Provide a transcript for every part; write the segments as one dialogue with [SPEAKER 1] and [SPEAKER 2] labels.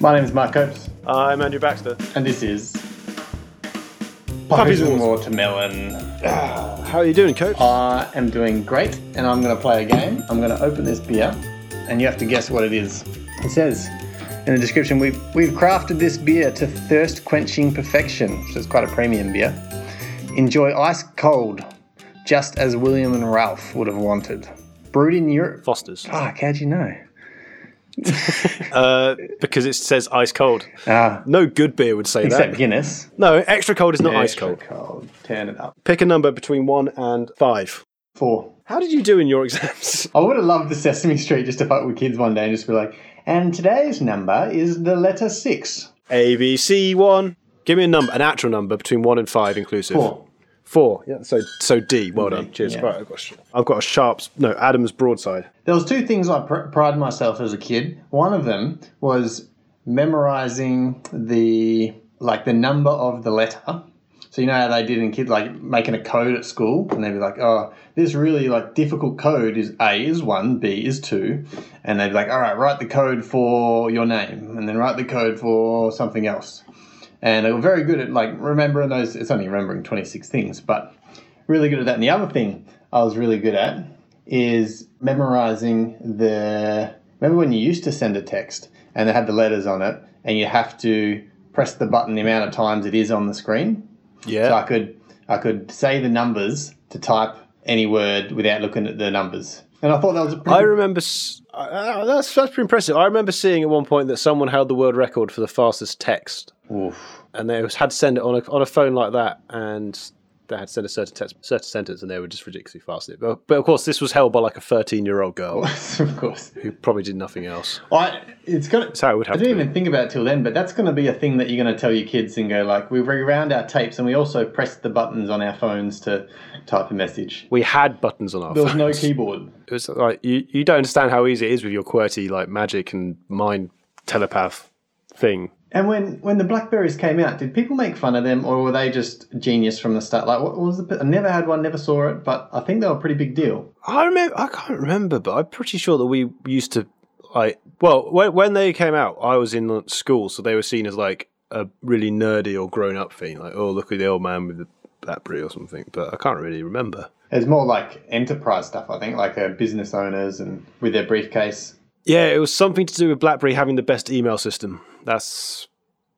[SPEAKER 1] My name is Mark Copes,
[SPEAKER 2] I'm Andrew Baxter.
[SPEAKER 1] and this is
[SPEAKER 2] Puppies
[SPEAKER 1] Puppies
[SPEAKER 2] and
[SPEAKER 1] and Watermelon.
[SPEAKER 2] How are you doing, Copes?
[SPEAKER 1] I am doing great, and I'm going to play a game. I'm going to open this beer, and you have to guess what it is. It says in the description, we've, we've crafted this beer to thirst quenching perfection, which is quite a premium beer. Enjoy ice cold, just as William and Ralph would have wanted. Brewed in Europe.
[SPEAKER 2] Foster's.
[SPEAKER 1] Fuck, how'd you know?
[SPEAKER 2] Uh, because it says ice cold.
[SPEAKER 1] Ah,
[SPEAKER 2] No good beer would say
[SPEAKER 1] except
[SPEAKER 2] that.
[SPEAKER 1] Guinness.
[SPEAKER 2] No, extra cold is not ice cold.
[SPEAKER 1] cold. Turn it up.
[SPEAKER 2] Pick a number between one and five.
[SPEAKER 1] Four.
[SPEAKER 2] How did you do in your exams?
[SPEAKER 1] I would have loved the Sesame Street just to fuck with kids one day and just be like, and today's number is the letter six.
[SPEAKER 2] A, B, C, one. Give me a number, an actual number between one and five inclusive.
[SPEAKER 1] Four.
[SPEAKER 2] Four. Yeah. So, so D. Well done. Cheers.
[SPEAKER 1] yeah.
[SPEAKER 2] Right. I've got, a sh- I've got a sharp. No, Adam's broadside.
[SPEAKER 1] There was two things I pr- pride myself as a kid. One of them was memorizing the like the number of the letter. So you know how they did in kid like making a code at school, and they'd be like, "Oh, this really like difficult code is A is one, B is two, and they'd be like, "All right, write the code for your name, and then write the code for something else." And they were very good at like remembering those. It's only remembering twenty six things, but really good at that. And the other thing I was really good at is memorizing the. Remember when you used to send a text and it had the letters on it, and you have to press the button the amount of times it is on the screen.
[SPEAKER 2] Yeah.
[SPEAKER 1] So I could I could say the numbers to type any word without looking at the numbers, and I thought that was a
[SPEAKER 2] I
[SPEAKER 1] pretty,
[SPEAKER 2] remember. s- Uh, that's that's pretty impressive. I remember seeing at one point that someone held the world record for the fastest text,
[SPEAKER 1] Oof.
[SPEAKER 2] and they was, had to send it on a on a phone like that, and they had to send a certain text, certain sentence, and they were just ridiculously fast. But, but of course, this was held by like a thirteen year old girl
[SPEAKER 1] of course.
[SPEAKER 2] who probably did nothing else.
[SPEAKER 1] I it's gonna.
[SPEAKER 2] That's how it would
[SPEAKER 1] I
[SPEAKER 2] have to
[SPEAKER 1] didn't
[SPEAKER 2] be.
[SPEAKER 1] even think about it till then, but that's going to be a thing that you're going to tell your kids and go like, we rewound our tapes and we also pressed the buttons on our phones to type a message.
[SPEAKER 2] We had buttons on our
[SPEAKER 1] There was
[SPEAKER 2] phone.
[SPEAKER 1] no keyboard.
[SPEAKER 2] It was like you, you don't understand how easy it is with your QWERTY like magic and mind telepath thing.
[SPEAKER 1] And when, when the Blackberries came out, did people make fun of them or were they just genius from the start? Like, what was the. I never had one, never saw it, but I think they were a pretty big deal.
[SPEAKER 2] I remember. I can't remember, but I'm pretty sure that we used to like. Well, when, when they came out, I was in school, so they were seen as like a really nerdy or grown up thing. Like, oh, look at the old man with the BlackBerry or something. But I can't really remember.
[SPEAKER 1] It was more like enterprise stuff, I think, like uh, business owners and with their briefcase.
[SPEAKER 2] Yeah, it was something to do with BlackBerry having the best email system. That's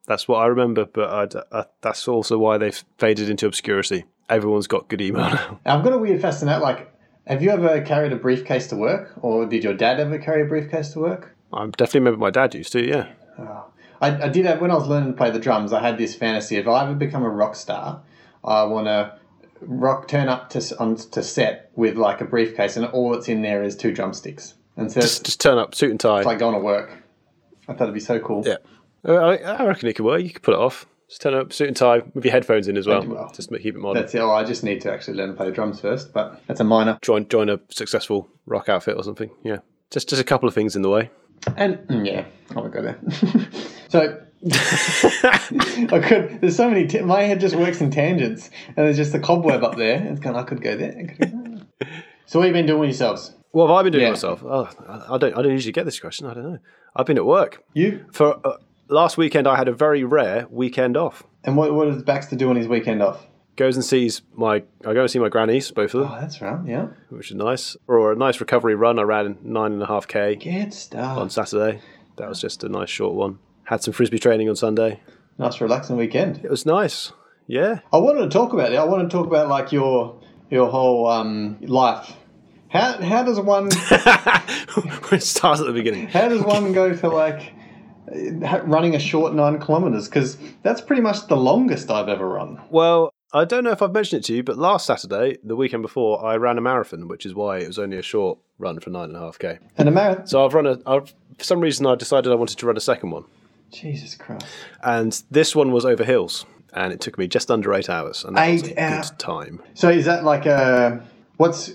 [SPEAKER 2] that's what I remember. But I'd, I, that's also why they faded into obscurity. Everyone's got good email now.
[SPEAKER 1] I've got a weird fascination. Like, have you ever carried a briefcase to work or did your dad ever carry a briefcase to work?
[SPEAKER 2] I definitely remember my dad used to. Yeah.
[SPEAKER 1] I, I did have, when I was learning to play the drums, I had this fantasy if I ever become a rock star, I want to rock turn up to s- on to set with like a briefcase, and all that's in there is two drumsticks, and so it's
[SPEAKER 2] Just, just turn up, suit and tie.
[SPEAKER 1] like going to work. I thought it'd be so cool.
[SPEAKER 2] Yeah. Uh, I, I reckon it could work. You could pull it off. Just turn up, suit and tie, with your headphones in as well.
[SPEAKER 1] well.
[SPEAKER 2] Just to keep it modern.
[SPEAKER 1] That's it. Oh, I just need to actually learn to play the drums first, but that's a minor.
[SPEAKER 2] Join join a successful rock outfit or something. Yeah. Just just a couple of things in the way.
[SPEAKER 1] And mm, yeah, I won't go there. so I could. There's so many. T- my head just works in tangents, and there's just a cobweb up there. It's kind of I could go there. I could go there. so what have you been doing with yourselves?
[SPEAKER 2] What have I been doing
[SPEAKER 1] Yeah.
[SPEAKER 2] myself? Oh, I- I don't I don't usually get this question. I don't know. I've been at work
[SPEAKER 1] You
[SPEAKER 2] for uh, last weekend. I had a very rare weekend off.
[SPEAKER 1] And what, what does Baxter do on his weekend off?
[SPEAKER 2] Goes and sees my I go and see my grannies, both of them,
[SPEAKER 1] Oh, that's right. Yeah.
[SPEAKER 2] which is nice. Or a nice recovery run. I ran nine and a half k
[SPEAKER 1] Get
[SPEAKER 2] on
[SPEAKER 1] started.
[SPEAKER 2] Saturday. That was just a nice short one. Had some frisbee training on Sunday.
[SPEAKER 1] Nice relaxing weekend.
[SPEAKER 2] It was nice. Yeah.
[SPEAKER 1] I wanted to talk about it. I want to talk about like your your whole um, life. How how does one
[SPEAKER 2] it starts at the beginning.
[SPEAKER 1] how does one go to like uh, running a short nine kilometers? Because that's pretty much the longest I've ever run.
[SPEAKER 2] Well, I don't know if I've mentioned it to you, but last Saturday, the weekend before, I ran a marathon, which is why it was only a short run for nine and a half k.
[SPEAKER 1] And a marathon.
[SPEAKER 2] So I've run a. I've, for some reason, I decided I wanted to run a second one,
[SPEAKER 1] Jesus Christ.
[SPEAKER 2] and this one was over hills, and it took me just under eight hours, and that was
[SPEAKER 1] Eight
[SPEAKER 2] a
[SPEAKER 1] hours.
[SPEAKER 2] good time.
[SPEAKER 1] So is that like a what's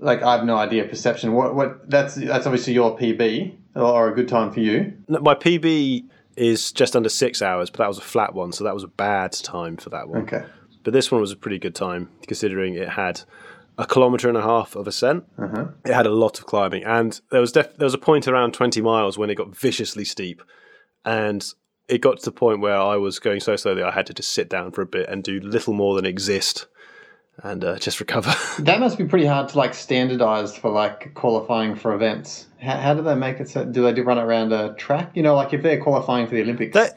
[SPEAKER 1] like I have no idea perception. What what that's that's obviously your PB or a good time for you.
[SPEAKER 2] No, My PB is just under six hours, but that was a flat one, so that was a bad time for that one.
[SPEAKER 1] Okay.
[SPEAKER 2] But this one was a pretty good time considering it had a kilometre and a half of ascent. It had a lot of climbing, and there was def- there was a point around twenty miles when it got viciously steep, and it got to the point where I was going so slowly I had to just sit down for a bit and do little more than exist and uh, just recover.
[SPEAKER 1] That must be pretty hard to like standardize for like qualifying for events. How, how do they make it? So, do they do run it around a track? You know, like if they're qualifying for the Olympics.
[SPEAKER 2] they,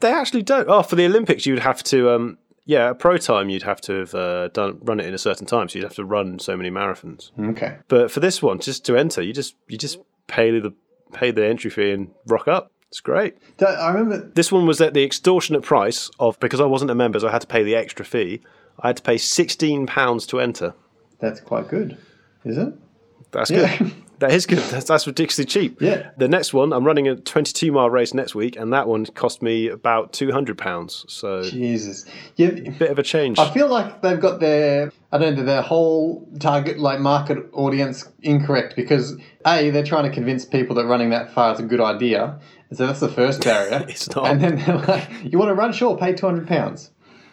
[SPEAKER 2] they actually don't. Oh, for the Olympics, you'd have to. Um, yeah, a pro time you'd have to have uh, done run it in a certain time, so you'd have to run so many marathons.
[SPEAKER 1] okay.
[SPEAKER 2] But for this one, just to enter, you just you just pay the pay the entry fee and rock up. It's great.
[SPEAKER 1] So I remember.
[SPEAKER 2] This one was at the extortionate price of because I wasn't a member, so I had to pay the extra fee. I had to pay sixteen pounds to enter.
[SPEAKER 1] That's quite good, is it?
[SPEAKER 2] That's
[SPEAKER 1] Yeah.
[SPEAKER 2] good. That is good. That's, that's ridiculously cheap.
[SPEAKER 1] Yeah.
[SPEAKER 2] The next one, I'm running a 22 mile race next week, and that one cost me about 200 pounds. So
[SPEAKER 1] Jesus. Yeah.
[SPEAKER 2] bit of a change.
[SPEAKER 1] I feel like they've got their I don't know their whole target like market audience incorrect because a they're trying to convince people that running that far is a good idea. And so that's the first barrier.
[SPEAKER 2] It's not.
[SPEAKER 1] And then they're like, you want to run? Sure, pay two hundred pounds,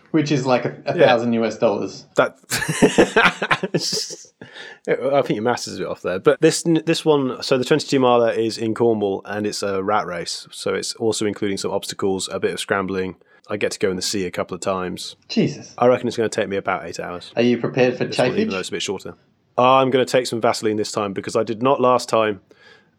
[SPEAKER 1] which is like a, a
[SPEAKER 2] Yeah.
[SPEAKER 1] thousand US dollars.
[SPEAKER 2] that It's just- I think your maths is a bit off there. But this this one, so the 22 miler is in Cornwall, and it's a rat race. So it's also including some obstacles, a bit of scrambling. I get to go in the sea a couple of times.
[SPEAKER 1] Jesus.
[SPEAKER 2] I reckon it's going to take me about eight hours.
[SPEAKER 1] Are you prepared for
[SPEAKER 2] Well, even though
[SPEAKER 1] chafage?
[SPEAKER 2] it's a bit shorter. I'm going to take some Vaseline this time because I did not last time,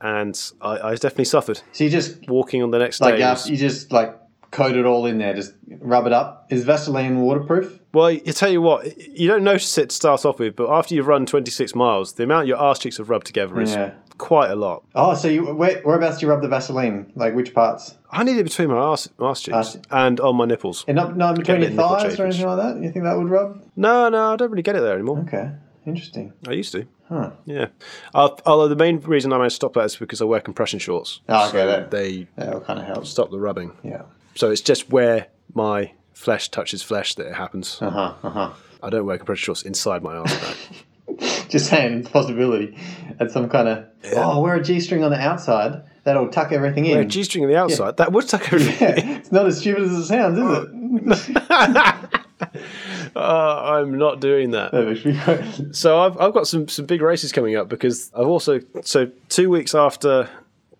[SPEAKER 2] and I, I definitely suffered.
[SPEAKER 1] So you just
[SPEAKER 2] Walking on the next
[SPEAKER 1] like
[SPEAKER 2] day,
[SPEAKER 1] yeah,
[SPEAKER 2] was-
[SPEAKER 1] you just like coat it all in there, just rub it up. Is Vaseline waterproof?
[SPEAKER 2] well, you tell you what, you don't notice it to start off with, but after you've run 26 miles, the amount your arse cheeks have rubbed together is
[SPEAKER 1] Yeah.
[SPEAKER 2] quite a lot.
[SPEAKER 1] Oh, so you where, whereabouts do you rub the Vaseline? Like which parts?
[SPEAKER 2] I need it between my arse, arse cheeks
[SPEAKER 1] Arse-
[SPEAKER 2] and on my nipples.
[SPEAKER 1] And not, not between
[SPEAKER 2] a
[SPEAKER 1] your
[SPEAKER 2] bit nipple
[SPEAKER 1] thighs or
[SPEAKER 2] chafage.
[SPEAKER 1] anything like that? You think that would rub?
[SPEAKER 2] No, no, I don't really get it there anymore.
[SPEAKER 1] Okay, interesting.
[SPEAKER 2] I used to.
[SPEAKER 1] Huh.
[SPEAKER 2] Yeah. Uh, although the main reason I managed to stop that is because I wear compression shorts.
[SPEAKER 1] Oh, okay,
[SPEAKER 2] So
[SPEAKER 1] that-
[SPEAKER 2] they
[SPEAKER 1] That will kind of help.
[SPEAKER 2] stop the rubbing.
[SPEAKER 1] Yeah.
[SPEAKER 2] So it's just where my flesh touches flesh that it happens.
[SPEAKER 1] Uh huh. Uh huh.
[SPEAKER 2] I don't wear compression shorts inside my arse crack.
[SPEAKER 1] Just saying, it's a possibility. That's some kind of oh, wear a g-string on the outside. That'll tuck everything in.
[SPEAKER 2] a G string on the outside. That would tuck everything.
[SPEAKER 1] yeah, it's not as stupid as it sounds, is it?
[SPEAKER 2] Uh, I'm not doing that.
[SPEAKER 1] That makes me go-
[SPEAKER 2] So I've, I've got some, some big races coming up because I've also so two weeks after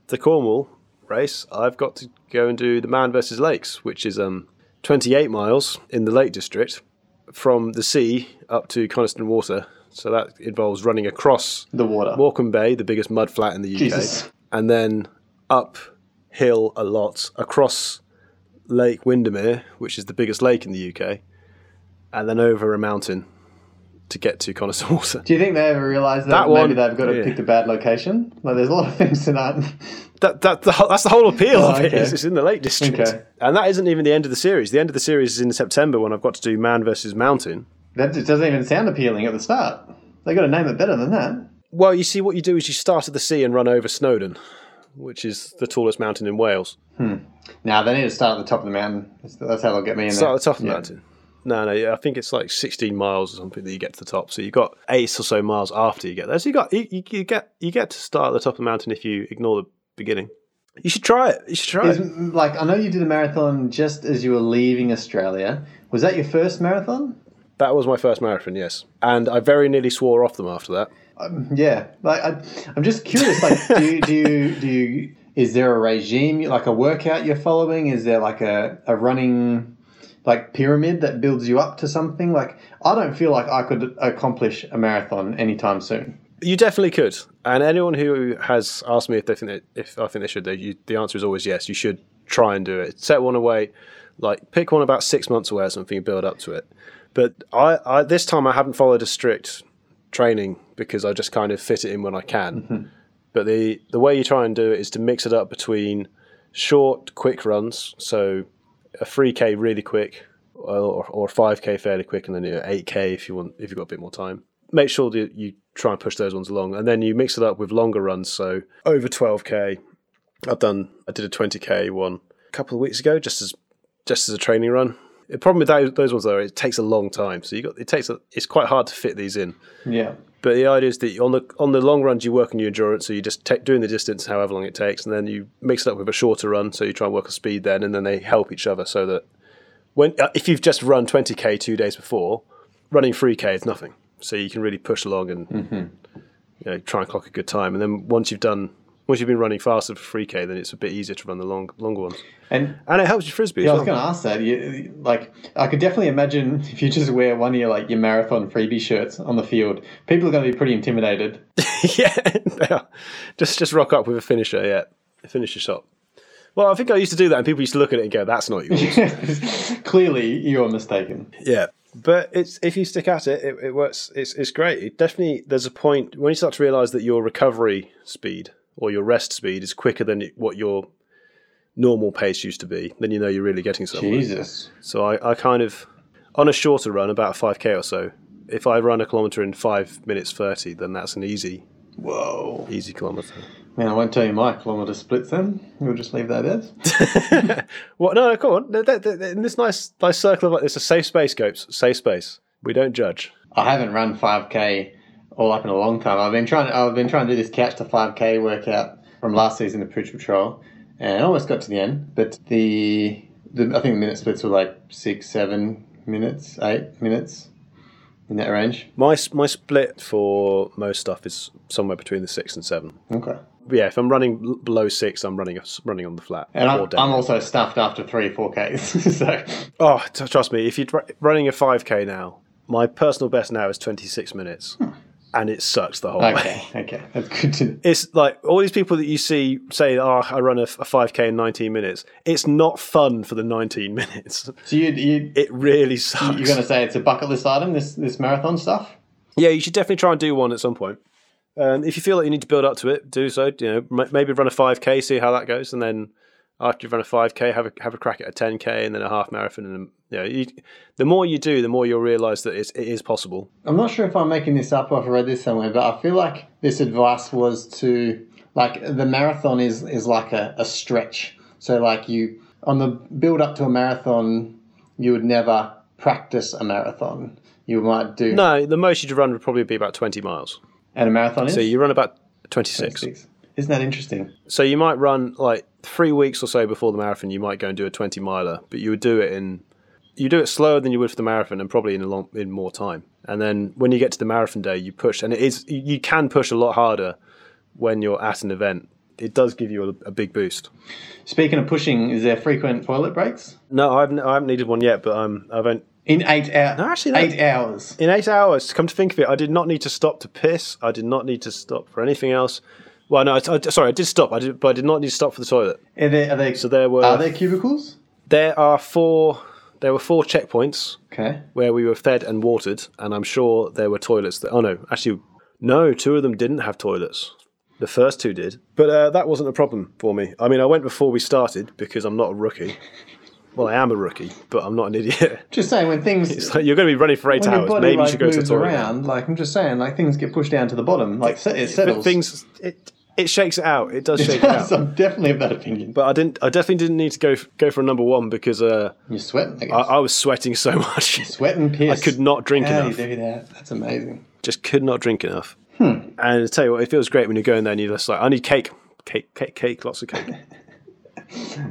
[SPEAKER 2] the Cornwall race, I've got to go and do the Man versus Lakes, which is um 28 miles in the Lake District from the sea up to Coniston Water. So that involves running across
[SPEAKER 1] the water.
[SPEAKER 2] Morecambe Bay, the biggest mud flat in the UK,
[SPEAKER 1] Jesus.
[SPEAKER 2] and then uphill a lot across Lake Windermere, which is the biggest lake in the UK, and then over a mountain to get to Coniston Water.
[SPEAKER 1] Do you think they ever realise that,
[SPEAKER 2] That
[SPEAKER 1] maybe
[SPEAKER 2] one-
[SPEAKER 1] they've got to
[SPEAKER 2] yeah.
[SPEAKER 1] pick a bad location? Like, there's a lot of things that aren't.
[SPEAKER 2] That, that the, whole- that's the whole appeal of it.
[SPEAKER 1] Oh, okay.
[SPEAKER 2] Is it's in the Lake District,
[SPEAKER 1] Okay.
[SPEAKER 2] and that isn't even the end of the series. The end of the series is in September when I've got to do Man versus Mountain.
[SPEAKER 1] That just doesn't even sound appealing at the start. They got to name it better than that.
[SPEAKER 2] Well, you see, what you do is you start at the sea and run over Snowdon, which is the tallest mountain in Wales.
[SPEAKER 1] Now they need to start at the top of the mountain. That's that's how they'll get me in
[SPEAKER 2] Start
[SPEAKER 1] there.
[SPEAKER 2] at the top of the
[SPEAKER 1] Yeah.
[SPEAKER 2] mountain. No, no, yeah, I think it's like 16 miles or something that you get to the top. So you got eight or so miles after you get there. So you got you, you, you get you get to start at the top of the mountain if you ignore the beginning. You should try it. You should try
[SPEAKER 1] Is,
[SPEAKER 2] it.
[SPEAKER 1] like I know you did a marathon just as you were leaving Australia. Was that your first marathon?
[SPEAKER 2] That was my first marathon, yes, and I very nearly swore off them after that.
[SPEAKER 1] Yeah. Like I, I'm just curious. Like do you, do you, do you, is there a regime like a workout you're following? Is there like a, a running like pyramid that builds you up to something? Like I don't feel like I could accomplish a marathon anytime soon.
[SPEAKER 2] You definitely could. And anyone who has asked me if they think that, if I think they should, they, you, the answer is always yes. You should try and do it. Set one away, like pick one about six months away or something, and build up to it. But I, I this time I haven't followed a strict training because I just kind of fit it in when I can. But the the way you try and do it is to mix it up between short, quick runs, so a three k really quick, or or five k fairly quick, and then you know, eight k if you want if you've got a bit more time. Make sure that you try and push those ones along, and then you mix it up with longer runs. So over twelve k, I've done. I did a twenty k one a couple of weeks ago, just as just as a training run. The problem with those, those ones though, it takes a long time. So you got it takes a, it's quite hard to fit these in.
[SPEAKER 1] Yeah.
[SPEAKER 2] But the idea is that on the on the long runs you work on your endurance, so you just take doing the distance however long it takes, and then you mix it up with a shorter run, so you try and work on speed then, and then they help each other so that when uh, if you've just run 20k two days before, running 3k is nothing, Mm-hmm. so you can really push along and you know, try and clock a good time, and then once you've done once you've been running faster for three k, then it's a bit easier to run the long longer ones,
[SPEAKER 1] And
[SPEAKER 2] and it helps your frisbee.
[SPEAKER 1] yeah, I
[SPEAKER 2] as
[SPEAKER 1] was
[SPEAKER 2] well.
[SPEAKER 1] going to ask that. You, like, I could definitely imagine if you just wear one of your like your marathon freebie shirts on the field, people are going to be pretty intimidated.
[SPEAKER 2] yeah, they are. just just rock up with a finisher. Yeah, finish your shot. Well, I think I used to do that, and people used to look at it and go, "That's not yours."
[SPEAKER 1] Clearly, you are mistaken.
[SPEAKER 2] Yeah, but it's if you stick at it, it, it works. It's it's great. It definitely, there's a point when you start to realize that your recovery speed or your rest speed is quicker than it- what your normal pace used to be. Then you know you're really getting somewhere.
[SPEAKER 1] Jesus.
[SPEAKER 2] So I, I kind of on a shorter run, about a five k or so. If I run a kilometer in five minutes thirty, then that's an easy
[SPEAKER 1] Whoa.
[SPEAKER 2] easy kilometer.
[SPEAKER 1] Man, I won't tell you my kilometre splits then. We'll just leave that as.
[SPEAKER 2] What? No, no, come on. No, that- that- In this nice nice circle of like this, a safe space, Copes. Safe space. We don't judge.
[SPEAKER 1] I haven't run 5k all up in a long time. I've been trying. I've been trying to do this catch to 5k workout from last season of Pooch Patrol, and I almost got to the end. But the, the I think the minute splits were like six, seven minutes, eight minutes, in that range.
[SPEAKER 2] My my split for most stuff is somewhere between the six and seven.
[SPEAKER 1] Okay.
[SPEAKER 2] Yeah, if I'm running l- below six, I'm running running on the flat.
[SPEAKER 1] And I'm,
[SPEAKER 2] or down.
[SPEAKER 1] I'm also stuffed after three, four k's. so
[SPEAKER 2] oh, t- trust me, if you're tr- running a five k now, my personal best now is 26 minutes, and it sucks the whole way.
[SPEAKER 1] Hmm. okay, okay, that's good to.
[SPEAKER 2] It's like all these people that you see say, "Oh, I run a five k in 19 minutes." It's not fun for the 19 minutes.
[SPEAKER 1] So you you
[SPEAKER 2] It really sucks.
[SPEAKER 1] you're going to say it's a bucket list item? This this marathon stuff.
[SPEAKER 2] Yeah, you should definitely try and do one at some point. Um, if you feel like you need to build up to it, do so. You know, m- maybe run a five k, see how that goes, and then after you've run a five k, have a have a crack at a ten k, and then a half marathon. And you know, you, the more you do, the more you'll realise that it's, it is possible.
[SPEAKER 1] I'm not sure if I'm making this up or if I read this somewhere, but I feel like this advice was to like the marathon is is like a, a stretch. So like you on the build up to a marathon, you would never practice a marathon. You might do
[SPEAKER 2] No, the most you'd run would probably be about twenty miles.
[SPEAKER 1] and a marathon is
[SPEAKER 2] So you run about twenty six.
[SPEAKER 1] six. Isn't that interesting?
[SPEAKER 2] So you might run like three weeks or so before the marathon. You might go and do a twenty miler, but you would do it in you do it slower than you would for the marathon, and probably in a long in more time. And then when you get to the marathon day, you push, and it is you you can push a lot harder when you're at an event. It does give you a, a big boost.
[SPEAKER 1] Speaking of pushing, is there frequent toilet breaks?
[SPEAKER 2] No, I've n- I haven't needed one yet, but um, I've only,
[SPEAKER 1] In eight hours.
[SPEAKER 2] No, actually, that-
[SPEAKER 1] eight hours.
[SPEAKER 2] in eight hours. Come to think of it, I did not need to stop to piss. I did not need to stop for anything else. Well, no, I, I, sorry, I did stop. I did, but I did not need to stop for the toilet.
[SPEAKER 1] Are there, are there,
[SPEAKER 2] So there were
[SPEAKER 1] are Oh, there cubicles?
[SPEAKER 2] there are four there were four checkpoints
[SPEAKER 1] Okay.
[SPEAKER 2] where we were fed and watered, and I'm sure there were toilets that. Oh no, actually, no, two of them didn't have toilets. The first two did, but uh, that wasn't a problem for me. I mean, I went before we started because I'm not a rookie. Well, I am a rookie, but I'm not an idiot.
[SPEAKER 1] Just saying when things
[SPEAKER 2] You're going to be running for eight
[SPEAKER 1] when your
[SPEAKER 2] hours.
[SPEAKER 1] body
[SPEAKER 2] Maybe
[SPEAKER 1] like,
[SPEAKER 2] you should go to the
[SPEAKER 1] moves
[SPEAKER 2] toilet.
[SPEAKER 1] around, like I'm just saying, like things get pushed down to the bottom, like se- it
[SPEAKER 2] But
[SPEAKER 1] settles.
[SPEAKER 2] things it it shakes it out. It does shake it out.
[SPEAKER 1] so I'm definitely of that opinion.
[SPEAKER 2] But I didn't. I definitely didn't need to go f- go for a number one because uh,
[SPEAKER 1] You're sweating, I guess.
[SPEAKER 2] I, I was sweating so much.
[SPEAKER 1] sweating,
[SPEAKER 2] I
[SPEAKER 1] piss.
[SPEAKER 2] could not drink
[SPEAKER 1] How
[SPEAKER 2] enough.
[SPEAKER 1] do you do that? That's amazing.
[SPEAKER 2] just could not drink enough. And I tell you what, it feels great when you go in there and you're just like, I need cake, cake, cake, cake, lots of cake.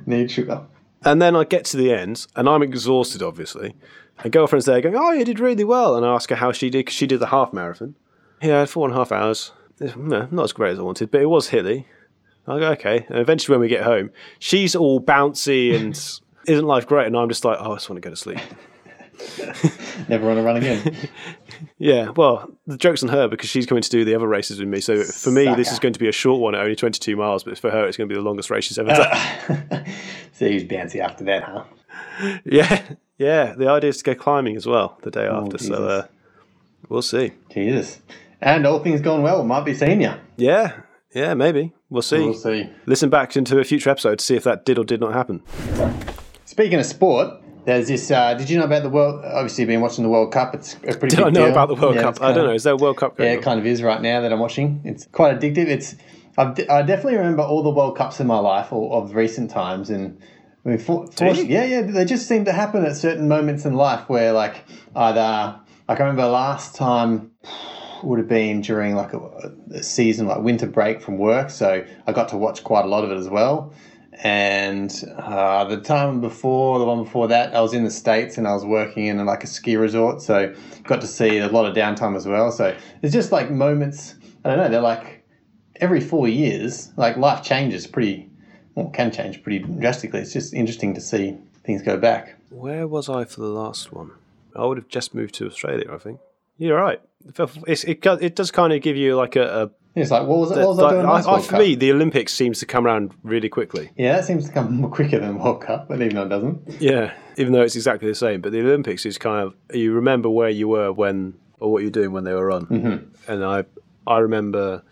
[SPEAKER 1] Need sugar.
[SPEAKER 2] and then I get to the end and I'm exhausted, obviously. And girlfriend's there going, Oh, you did really well. And I ask her how she did because she did the half marathon. Yeah, I had four and a half hours. It's- No, not as great as I wanted, but it was hilly. I go, Okay. And eventually, when we get home, she's all bouncy and isn't life great. And I'm just like, Oh, I just want to go to sleep.
[SPEAKER 1] Never want to run again.
[SPEAKER 2] Yeah, well, the joke's on her because she's coming to do the other races with me. So for me, this
[SPEAKER 1] Sucker.
[SPEAKER 2] is going to be a short one at only 22 miles, but for her, it's going to be the longest race she's ever done.
[SPEAKER 1] so he was bouncy after that, huh?
[SPEAKER 2] yeah, yeah. The idea is to go climbing as well the day after. so
[SPEAKER 1] Oh, Jesus.
[SPEAKER 2] uh, we'll see.
[SPEAKER 1] Jesus. And all things going well. Might be seeing you.
[SPEAKER 2] Yeah, yeah, maybe. We'll see.
[SPEAKER 1] We'll see.
[SPEAKER 2] Listen back into a future episode to see if that did or did not happen.
[SPEAKER 1] Speaking of sport, there's this. Uh, did you know about the world? Obviously, you've been watching the World Cup. It's a pretty.
[SPEAKER 2] Did I
[SPEAKER 1] big
[SPEAKER 2] know
[SPEAKER 1] deal.
[SPEAKER 2] about the World
[SPEAKER 1] Yeah, it's
[SPEAKER 2] Cup? I
[SPEAKER 1] kinda-
[SPEAKER 2] don't know. Is there a World Cup
[SPEAKER 1] Yeah,
[SPEAKER 2] going
[SPEAKER 1] it
[SPEAKER 2] on?
[SPEAKER 1] kind of is right now that I'm watching. It's quite addictive. It's I've, de- I definitely remember all the World Cups in my life or of recent times, and I mean, for, for,
[SPEAKER 2] you?
[SPEAKER 1] yeah, yeah, they just seem to happen at certain moments in life where like I'd uh, like I remember last time would have been during like a, a season like winter break from work, so I got to watch quite a lot of it as well. And uh, the time before, the one before that, I was in the states and I was working in like a ski resort, so got to see a lot of downtime as well. So it's just like moments. I don't know. They're like every four years, like life changes pretty, well, can change pretty drastically. It's just interesting to see things go back.
[SPEAKER 2] Where was I for the last one? I would have just moved to Australia, I think. You're right. It's, it co- it does kind of give you like a.
[SPEAKER 1] It's like, what was it?
[SPEAKER 2] a
[SPEAKER 1] What was I
[SPEAKER 2] like-
[SPEAKER 1] doing last
[SPEAKER 2] I- I-
[SPEAKER 1] World
[SPEAKER 2] for
[SPEAKER 1] Cup?
[SPEAKER 2] me, the Olympics seems to come around really quickly.
[SPEAKER 1] Yeah, that seems to come more quicker than World Cup, but even though it doesn't.
[SPEAKER 2] Yeah, even though it's exactly the same, but the Olympics is kind of you remember where you were when or what you're doing when they were on, mm-hmm. and I I remember.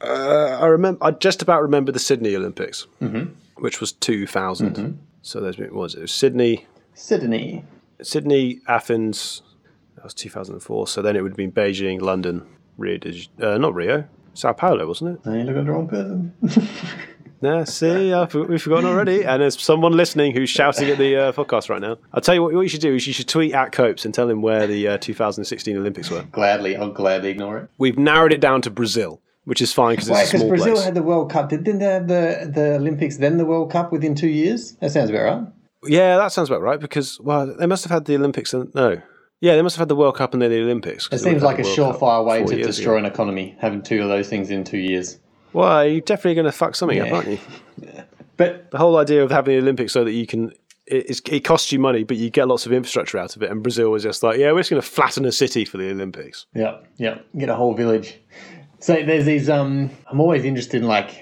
[SPEAKER 2] Uh, I remember. I just about remember the Sydney Olympics, mm-hmm. which was two
[SPEAKER 1] Mm-hmm.
[SPEAKER 2] So there's been what was it? It was Sydney,
[SPEAKER 1] Sydney.
[SPEAKER 2] Sydney, Athens. That was 2004. So then it would have been Beijing, London, Rio, de J- uh, not Rio, Sao Paulo, wasn't it?
[SPEAKER 1] No, you look at the wrong person.
[SPEAKER 2] Nah, see, I for- we've forgotten already. And there's someone listening who's shouting at the uh, podcast right now. I'll tell you what, what you should do is you should tweet at Copes and tell him where the uh, 2016 Olympics were.
[SPEAKER 1] gladly, I'll gladly ignore it.
[SPEAKER 2] We've narrowed it down to Brazil, which is fine because
[SPEAKER 1] Wait,
[SPEAKER 2] it's a
[SPEAKER 1] because
[SPEAKER 2] small
[SPEAKER 1] Brazil
[SPEAKER 2] place.
[SPEAKER 1] had the World Cup. Didn't they have the, the Olympics, then the World Cup within two years? That sounds about right.
[SPEAKER 2] Yeah, that sounds about right because, well, they must have had the Olympics and no. Yeah, they must have had the World Cup and then the Olympics.
[SPEAKER 1] It seems like a surefire way to
[SPEAKER 2] destroy.
[SPEAKER 1] destroy an economy, having two of those things in two years.
[SPEAKER 2] Well, you're definitely going to fuck something up,
[SPEAKER 1] Yeah.
[SPEAKER 2] aren't you?
[SPEAKER 1] But
[SPEAKER 2] The whole idea of having the Olympics so that you can. It, it's, it costs you money, but you get lots of infrastructure out of it. And Brazil was just like, yeah, we're just going to flatten a city for the Olympics.
[SPEAKER 1] yeah, yeah, get a whole village. So there's these. Um, I'm always interested in like,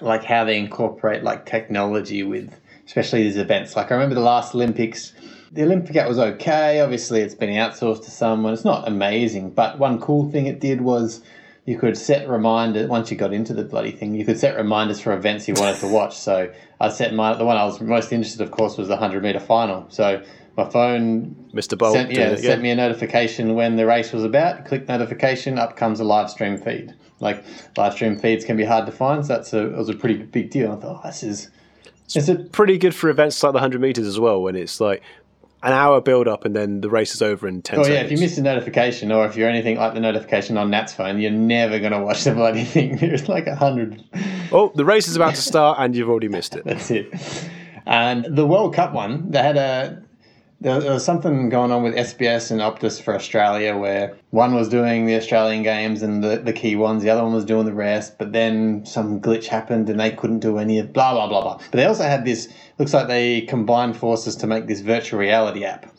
[SPEAKER 1] like how they incorporate like technology with, especially these events. Like I remember the last Olympics. The Olympiad was okay. Obviously, it's been outsourced to someone. It's not amazing, but one cool thing it did was you could set reminders once you got into the bloody thing. You could set reminders for events you wanted to watch. So I set my the one I was most interested, of course, was the hundred meter final. So my phone
[SPEAKER 2] Mr. Bolt.
[SPEAKER 1] sent, yeah,
[SPEAKER 2] doing it
[SPEAKER 1] sent
[SPEAKER 2] again.
[SPEAKER 1] me a notification when the race was about. Click notification, up comes a live stream feed. Like live stream feeds can be hard to find, so that's a it was a pretty big deal. I thought oh, this is it's a
[SPEAKER 2] Pretty good for events like the 100 metres as well, when it's like an hour build up and then the race is over in 10
[SPEAKER 1] oh
[SPEAKER 2] seconds.
[SPEAKER 1] yeah, if you miss a notification or if you're anything like the notification on Nat's phone, you're never gonna watch the bloody thing. There's like a hundred.
[SPEAKER 2] oh, the race is about to start and you've already missed it.
[SPEAKER 1] That's it. And the World Cup one, they had a there there was something going on with SBS and Optus for Australia where one was doing the Australian games and the, the key ones, the other one was doing the rest, but then some glitch happened and they couldn't do any of blah blah blah blah. But they also had this looks like they combined forces to make this virtual reality app,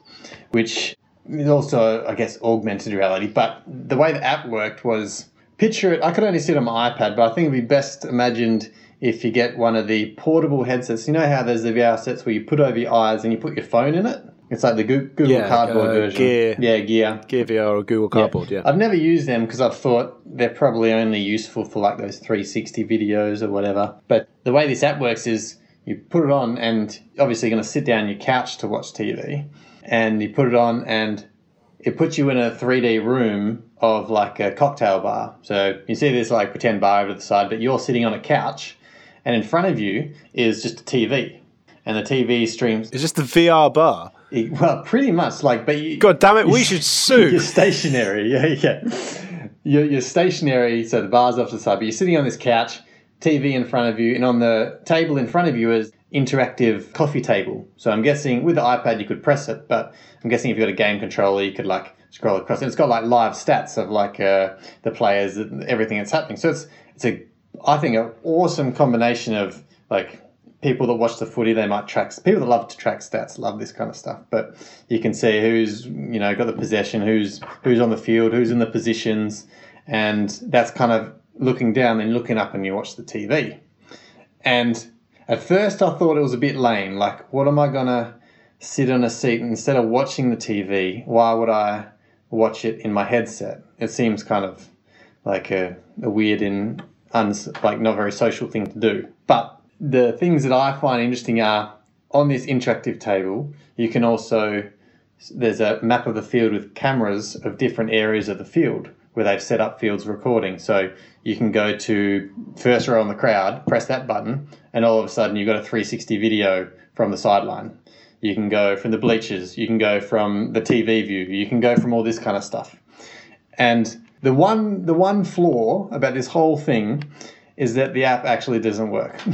[SPEAKER 1] which is also I guess augmented reality. But the way the app worked was picture it I could only see it on my iPad, but I think it'd be best imagined if you get one of the portable headsets. You know how there's the VR sets where you put over your eyes and you put your phone in it? It's like the Goo- Google
[SPEAKER 2] Yeah,
[SPEAKER 1] Cardboard
[SPEAKER 2] uh,
[SPEAKER 1] version.
[SPEAKER 2] Gear.
[SPEAKER 1] Yeah, gear.
[SPEAKER 2] Gear VR or Google Cardboard, yeah.
[SPEAKER 1] I've never used them because I've thought they're probably only useful for like those 360 videos or whatever. But the way this app works is you put it on, and obviously you're going to sit down on your couch to watch TV, and you put it on, and it puts you in a 3D room of like a cocktail bar. So you see this like pretend bar over to the side, but you're sitting on a couch, and in front of you is just a TV. And the TV streams,
[SPEAKER 2] It's just the VR bar.
[SPEAKER 1] well, pretty much like, but you,
[SPEAKER 2] God damn it, we should
[SPEAKER 1] you're
[SPEAKER 2] sue.
[SPEAKER 1] stationary. Yeah, yeah. You're, you're stationary, so the bar's off to the side, but you're sitting on this couch, TV in front of you, and on the table in front of you is interactive coffee table. So I'm guessing with the iPad you could press it, but I'm guessing if you've got a game controller, you could like scroll across. And it's got like live stats of like uh, the players and everything that's happening. So it's it's a I think an awesome combination of like people that watch the footy, they might track people that love to track stats, love this kind of stuff. But you can see who's you know got the possession, who's who's on the field, who's in the positions, and that's kind of looking down and looking up, and you watch the TV. And at first, I thought it was a bit lame. Like, what am I gonna sit on a seat instead of watching the TV? Why would I watch it in my headset? It seems kind of like a, a weird and uns, like not very social thing to do. But the things that I find interesting are on this interactive table, you can also there's a map of the field with cameras of different areas of the field where they've set up fields recording. So you can go to first row on the crowd, press that button, and all of a sudden you've got a 360 video from the sideline. You can go from the bleachers, you can go from the TV view, you can go from all this kind of stuff. And the one the one flaw about this whole thing is that the app actually doesn't work.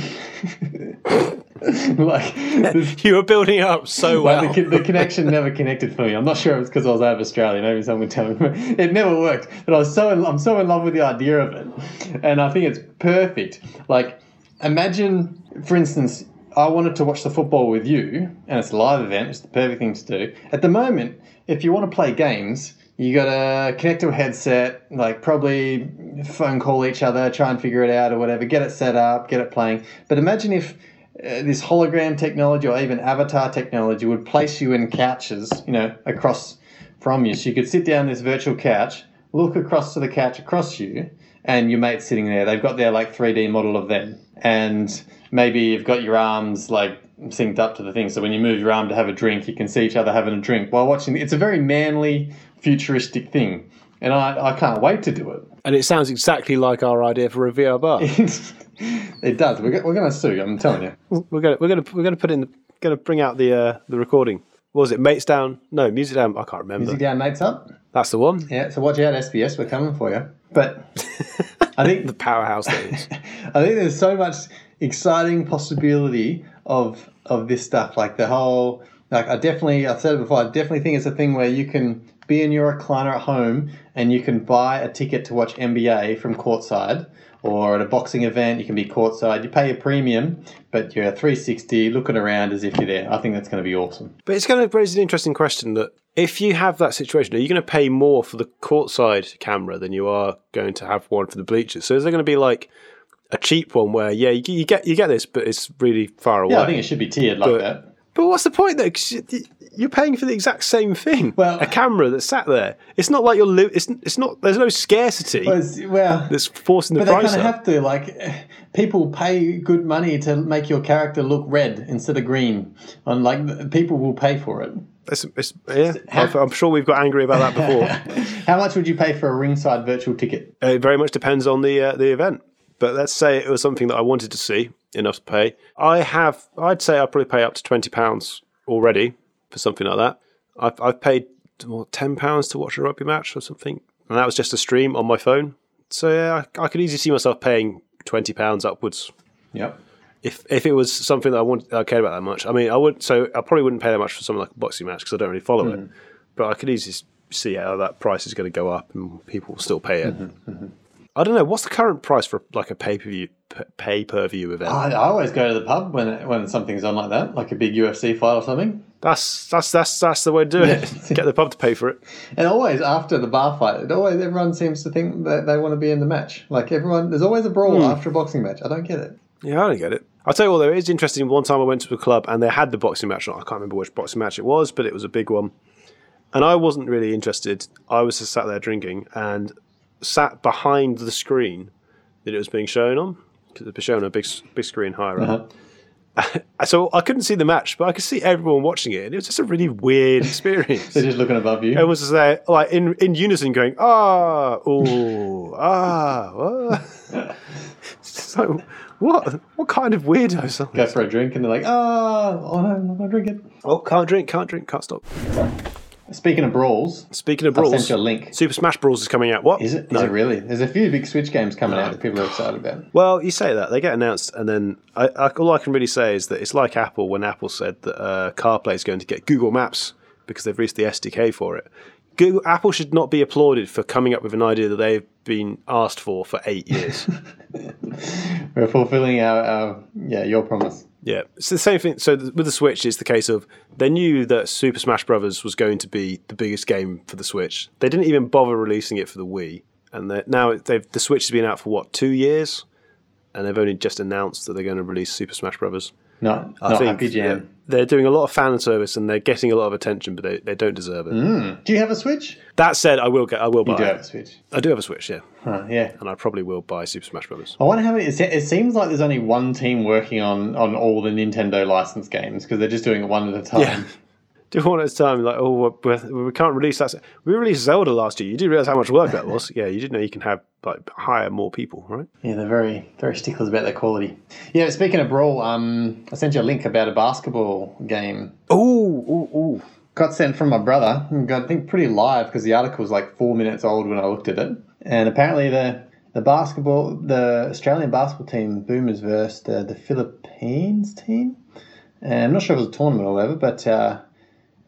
[SPEAKER 1] like the,
[SPEAKER 2] you were building up so well.
[SPEAKER 1] like the, con- the connection never connected for me. I'm not sure it was because I was out of Australia. Maybe someone tell me. It never worked. But I was so in, I'm so in love with the idea of it, and I think it's perfect. Like imagine, for instance, I wanted to watch the football with you, and it's a live event. It's the perfect thing to do. At the moment, if you want to play games, you gotta connect to a headset, like probably phone call each other, try and figure it out or whatever, get it set up, get it playing. But imagine if uh, this hologram technology or even avatar technology would place you in couches, you know, across from you. So you could sit down this virtual couch, look across to the couch across you, and your mate's sitting there. They've got their like 3D model of them. And maybe you've got your arms like synced up to the thing. So when you move your arm to have a drink, you can see each other having a drink while watching. It's a very manly, futuristic thing. And I, I can't wait to do it.
[SPEAKER 2] And it sounds exactly like our idea for a VR bar.
[SPEAKER 1] it does. We're, go- we're going to sue, I'm telling you.
[SPEAKER 2] we're gonna we're gonna we're gonna put in the, gonna bring out the uh, the recording. What was it? Mates down? No, music down. I can't remember.
[SPEAKER 1] Music down, mates up.
[SPEAKER 2] That's the one.
[SPEAKER 1] Yeah, so watch out, SBS. We're coming for you. But I think
[SPEAKER 2] The powerhouse. That is.
[SPEAKER 1] I think there's so much exciting possibility of of this stuff. Like the whole, like I definitely, I've said it before. I definitely think it's a thing where you can be in your recliner at home and you can buy a ticket to watch NBA from courtside, or at a boxing event you can be courtside. You pay a premium, but you're 360 looking around as if you're there. I think that's going to be awesome.
[SPEAKER 2] But it's going to raise an interesting question that if you have that situation, are you going to pay more for the courtside camera than you are going to have one for the bleachers? So is there going to be like a cheap one where yeah, you, g- you get you get this, but it's really far away?
[SPEAKER 1] Yeah, I think it should be tiered like
[SPEAKER 2] But-
[SPEAKER 1] that.
[SPEAKER 2] but what's the point though? 'Cause you- you're paying for the exact same thing.
[SPEAKER 1] Well-
[SPEAKER 2] a camera that's sat there. It's not like you're. Li- it's it's not. There's no scarcity
[SPEAKER 1] But it's- well,
[SPEAKER 2] that's forcing the
[SPEAKER 1] But they
[SPEAKER 2] price
[SPEAKER 1] kind
[SPEAKER 2] up.
[SPEAKER 1] of have to. Like, people pay good money to make your character look red instead of green. And, like, people will pay for it.
[SPEAKER 2] it's, it's, yeah, I'm, I'm sure we've got angry about that before.
[SPEAKER 1] How much would you pay for a ringside virtual ticket?
[SPEAKER 2] Uh, It very much depends on the uh, the event. But let's say it was something that I wanted to see enough to pay. I have, I'd say I'll probably pay up to twenty pounds already for something like that. I've, I've paid what, ten pounds to watch a rugby match or something, and that was just a stream on my phone. So yeah, I, I could easily see myself paying twenty pounds upwards
[SPEAKER 1] Yep. if
[SPEAKER 2] if if it was something that I want I cared about that much. I mean, I would so I probably wouldn't pay that much for something like a boxing match because I don't really follow it. But I could easily s- see how that price is going to go up and people will still pay it. I don't know what's the current price for like a pay per view pay per view event.
[SPEAKER 1] I, I always go to the pub when when something's on like that, like a big UFC fight or something.
[SPEAKER 2] that's that's that's that's the way to do it. Get the pub to pay for it.
[SPEAKER 1] And always after the bar fight, it always everyone seems to think that they want to be in the match. Like everyone, there's always a brawl
[SPEAKER 2] Hmm.
[SPEAKER 1] after a boxing match. I don't get it.
[SPEAKER 2] Yeah, I don't get it. I'll tell you what, though, it is interesting. One time I went to a club and they had the boxing match on. I can't remember which boxing match it was, but it was a big one. And I wasn't really interested. I was just sat there drinking and sat behind the screen that it was being shown on because it was shown on a big, s- big screen higher up. so I couldn't see the match, but I could see everyone watching it. And it was just a really weird experience.
[SPEAKER 1] They're just looking above you.
[SPEAKER 2] Everyone was just there, like in, in unison, going ah, oh, ah, what? so what? What kind of weirdos are
[SPEAKER 1] Go
[SPEAKER 2] they?
[SPEAKER 1] for a drink, and they're like, "Ah, oh, I'm not gonna drink it."
[SPEAKER 2] Oh, can't drink, can't drink, can't stop.
[SPEAKER 1] Speaking of brawls,
[SPEAKER 2] Speaking of
[SPEAKER 1] I sent
[SPEAKER 2] brawls,
[SPEAKER 1] you a link.
[SPEAKER 2] Super Smash Bros is coming out. What
[SPEAKER 1] Is it? Is it really? There's a few big Switch games coming out that people are excited about.
[SPEAKER 2] Well, you say that they get announced, and then I, I, all I can really say is that it's like Apple when Apple said that uh, CarPlay is going to get Google Maps because they've released the SDK for it. Google, Apple should not be applauded for coming up with an idea that they've been asked for for eight years.
[SPEAKER 1] We're fulfilling our, our yeah your promise.
[SPEAKER 2] Yeah, it's the same thing. So th- with the Switch, it's the case of they knew that Super Smash Brothers was going to be the biggest game for the Switch. They didn't even bother releasing it for the Wii, and they're- now they've the Switch has been out for what two years, and they've only just announced that they're going to release Super Smash Brothers.
[SPEAKER 1] Not not Oh, happy
[SPEAKER 2] that
[SPEAKER 1] jam.
[SPEAKER 2] They're doing a lot of fan service and they're getting a lot of attention, but they, they don't deserve it.
[SPEAKER 1] Do you have a Switch?
[SPEAKER 2] That said, I will get I will buy.
[SPEAKER 1] Mm-hmm. You do
[SPEAKER 2] it.
[SPEAKER 1] have a Switch.
[SPEAKER 2] I do have a Switch, yeah,
[SPEAKER 1] Huh, yeah.
[SPEAKER 2] and I probably will buy Super Smash Brothers.
[SPEAKER 1] I wonder how many. It se- it seems like there's only one team working on on all the Nintendo licensed games because they're just doing it one at a time.
[SPEAKER 2] Yeah. Do one at a time, like, oh, we're, we can't release that. We released Zelda last year. You do realize how much work that was. yeah, you didn't know you can have, like, hire more people, right?
[SPEAKER 1] Yeah, they're very very sticklers about their quality. Yeah, speaking of brawl, um, I sent you a link about a basketball game.
[SPEAKER 2] Ooh, ooh, ooh.
[SPEAKER 1] Got sent from my brother. and Got I think pretty live because the article was like four minutes old when I looked at it, and apparently the The basketball, the Australian basketball team, Boomers versus uh, the Philippines team. And I'm not sure if it was a tournament or whatever, but uh,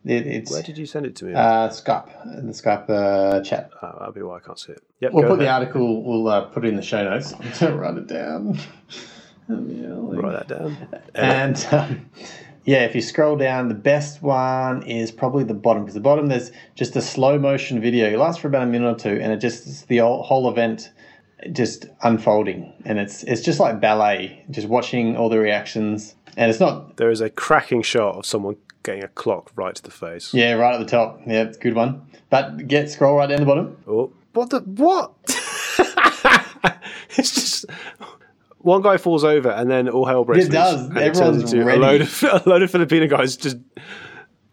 [SPEAKER 1] it, it's
[SPEAKER 2] Where did you send it to me?
[SPEAKER 1] uh, Skype, the Skype uh, chat.
[SPEAKER 2] oh, that'll be why I can't see it. Yep,
[SPEAKER 1] We'll
[SPEAKER 2] go
[SPEAKER 1] put the
[SPEAKER 2] ahead.
[SPEAKER 1] article. We'll uh, put it in the show notes. Don't write it down. Yeah, like-
[SPEAKER 2] Write that down.
[SPEAKER 1] and um, yeah, if you scroll down, the best one is probably the bottom because the bottom there's just a slow motion video. It lasts for about a minute or two, and it just it's the whole whole event just unfolding, and it's it's just like ballet, just watching all the reactions, and it's not
[SPEAKER 2] There is a cracking shot of someone getting a clock right to the face.
[SPEAKER 1] yeah right at the top. Yeah, it's a good one. But get scroll right down the bottom.
[SPEAKER 2] Oh, what the what? it's just one guy falls over and then all hell breaks
[SPEAKER 1] It
[SPEAKER 2] loose.
[SPEAKER 1] does.
[SPEAKER 2] and
[SPEAKER 1] Everyone's
[SPEAKER 2] turns into
[SPEAKER 1] ready.
[SPEAKER 2] a load of a load of Filipino guys just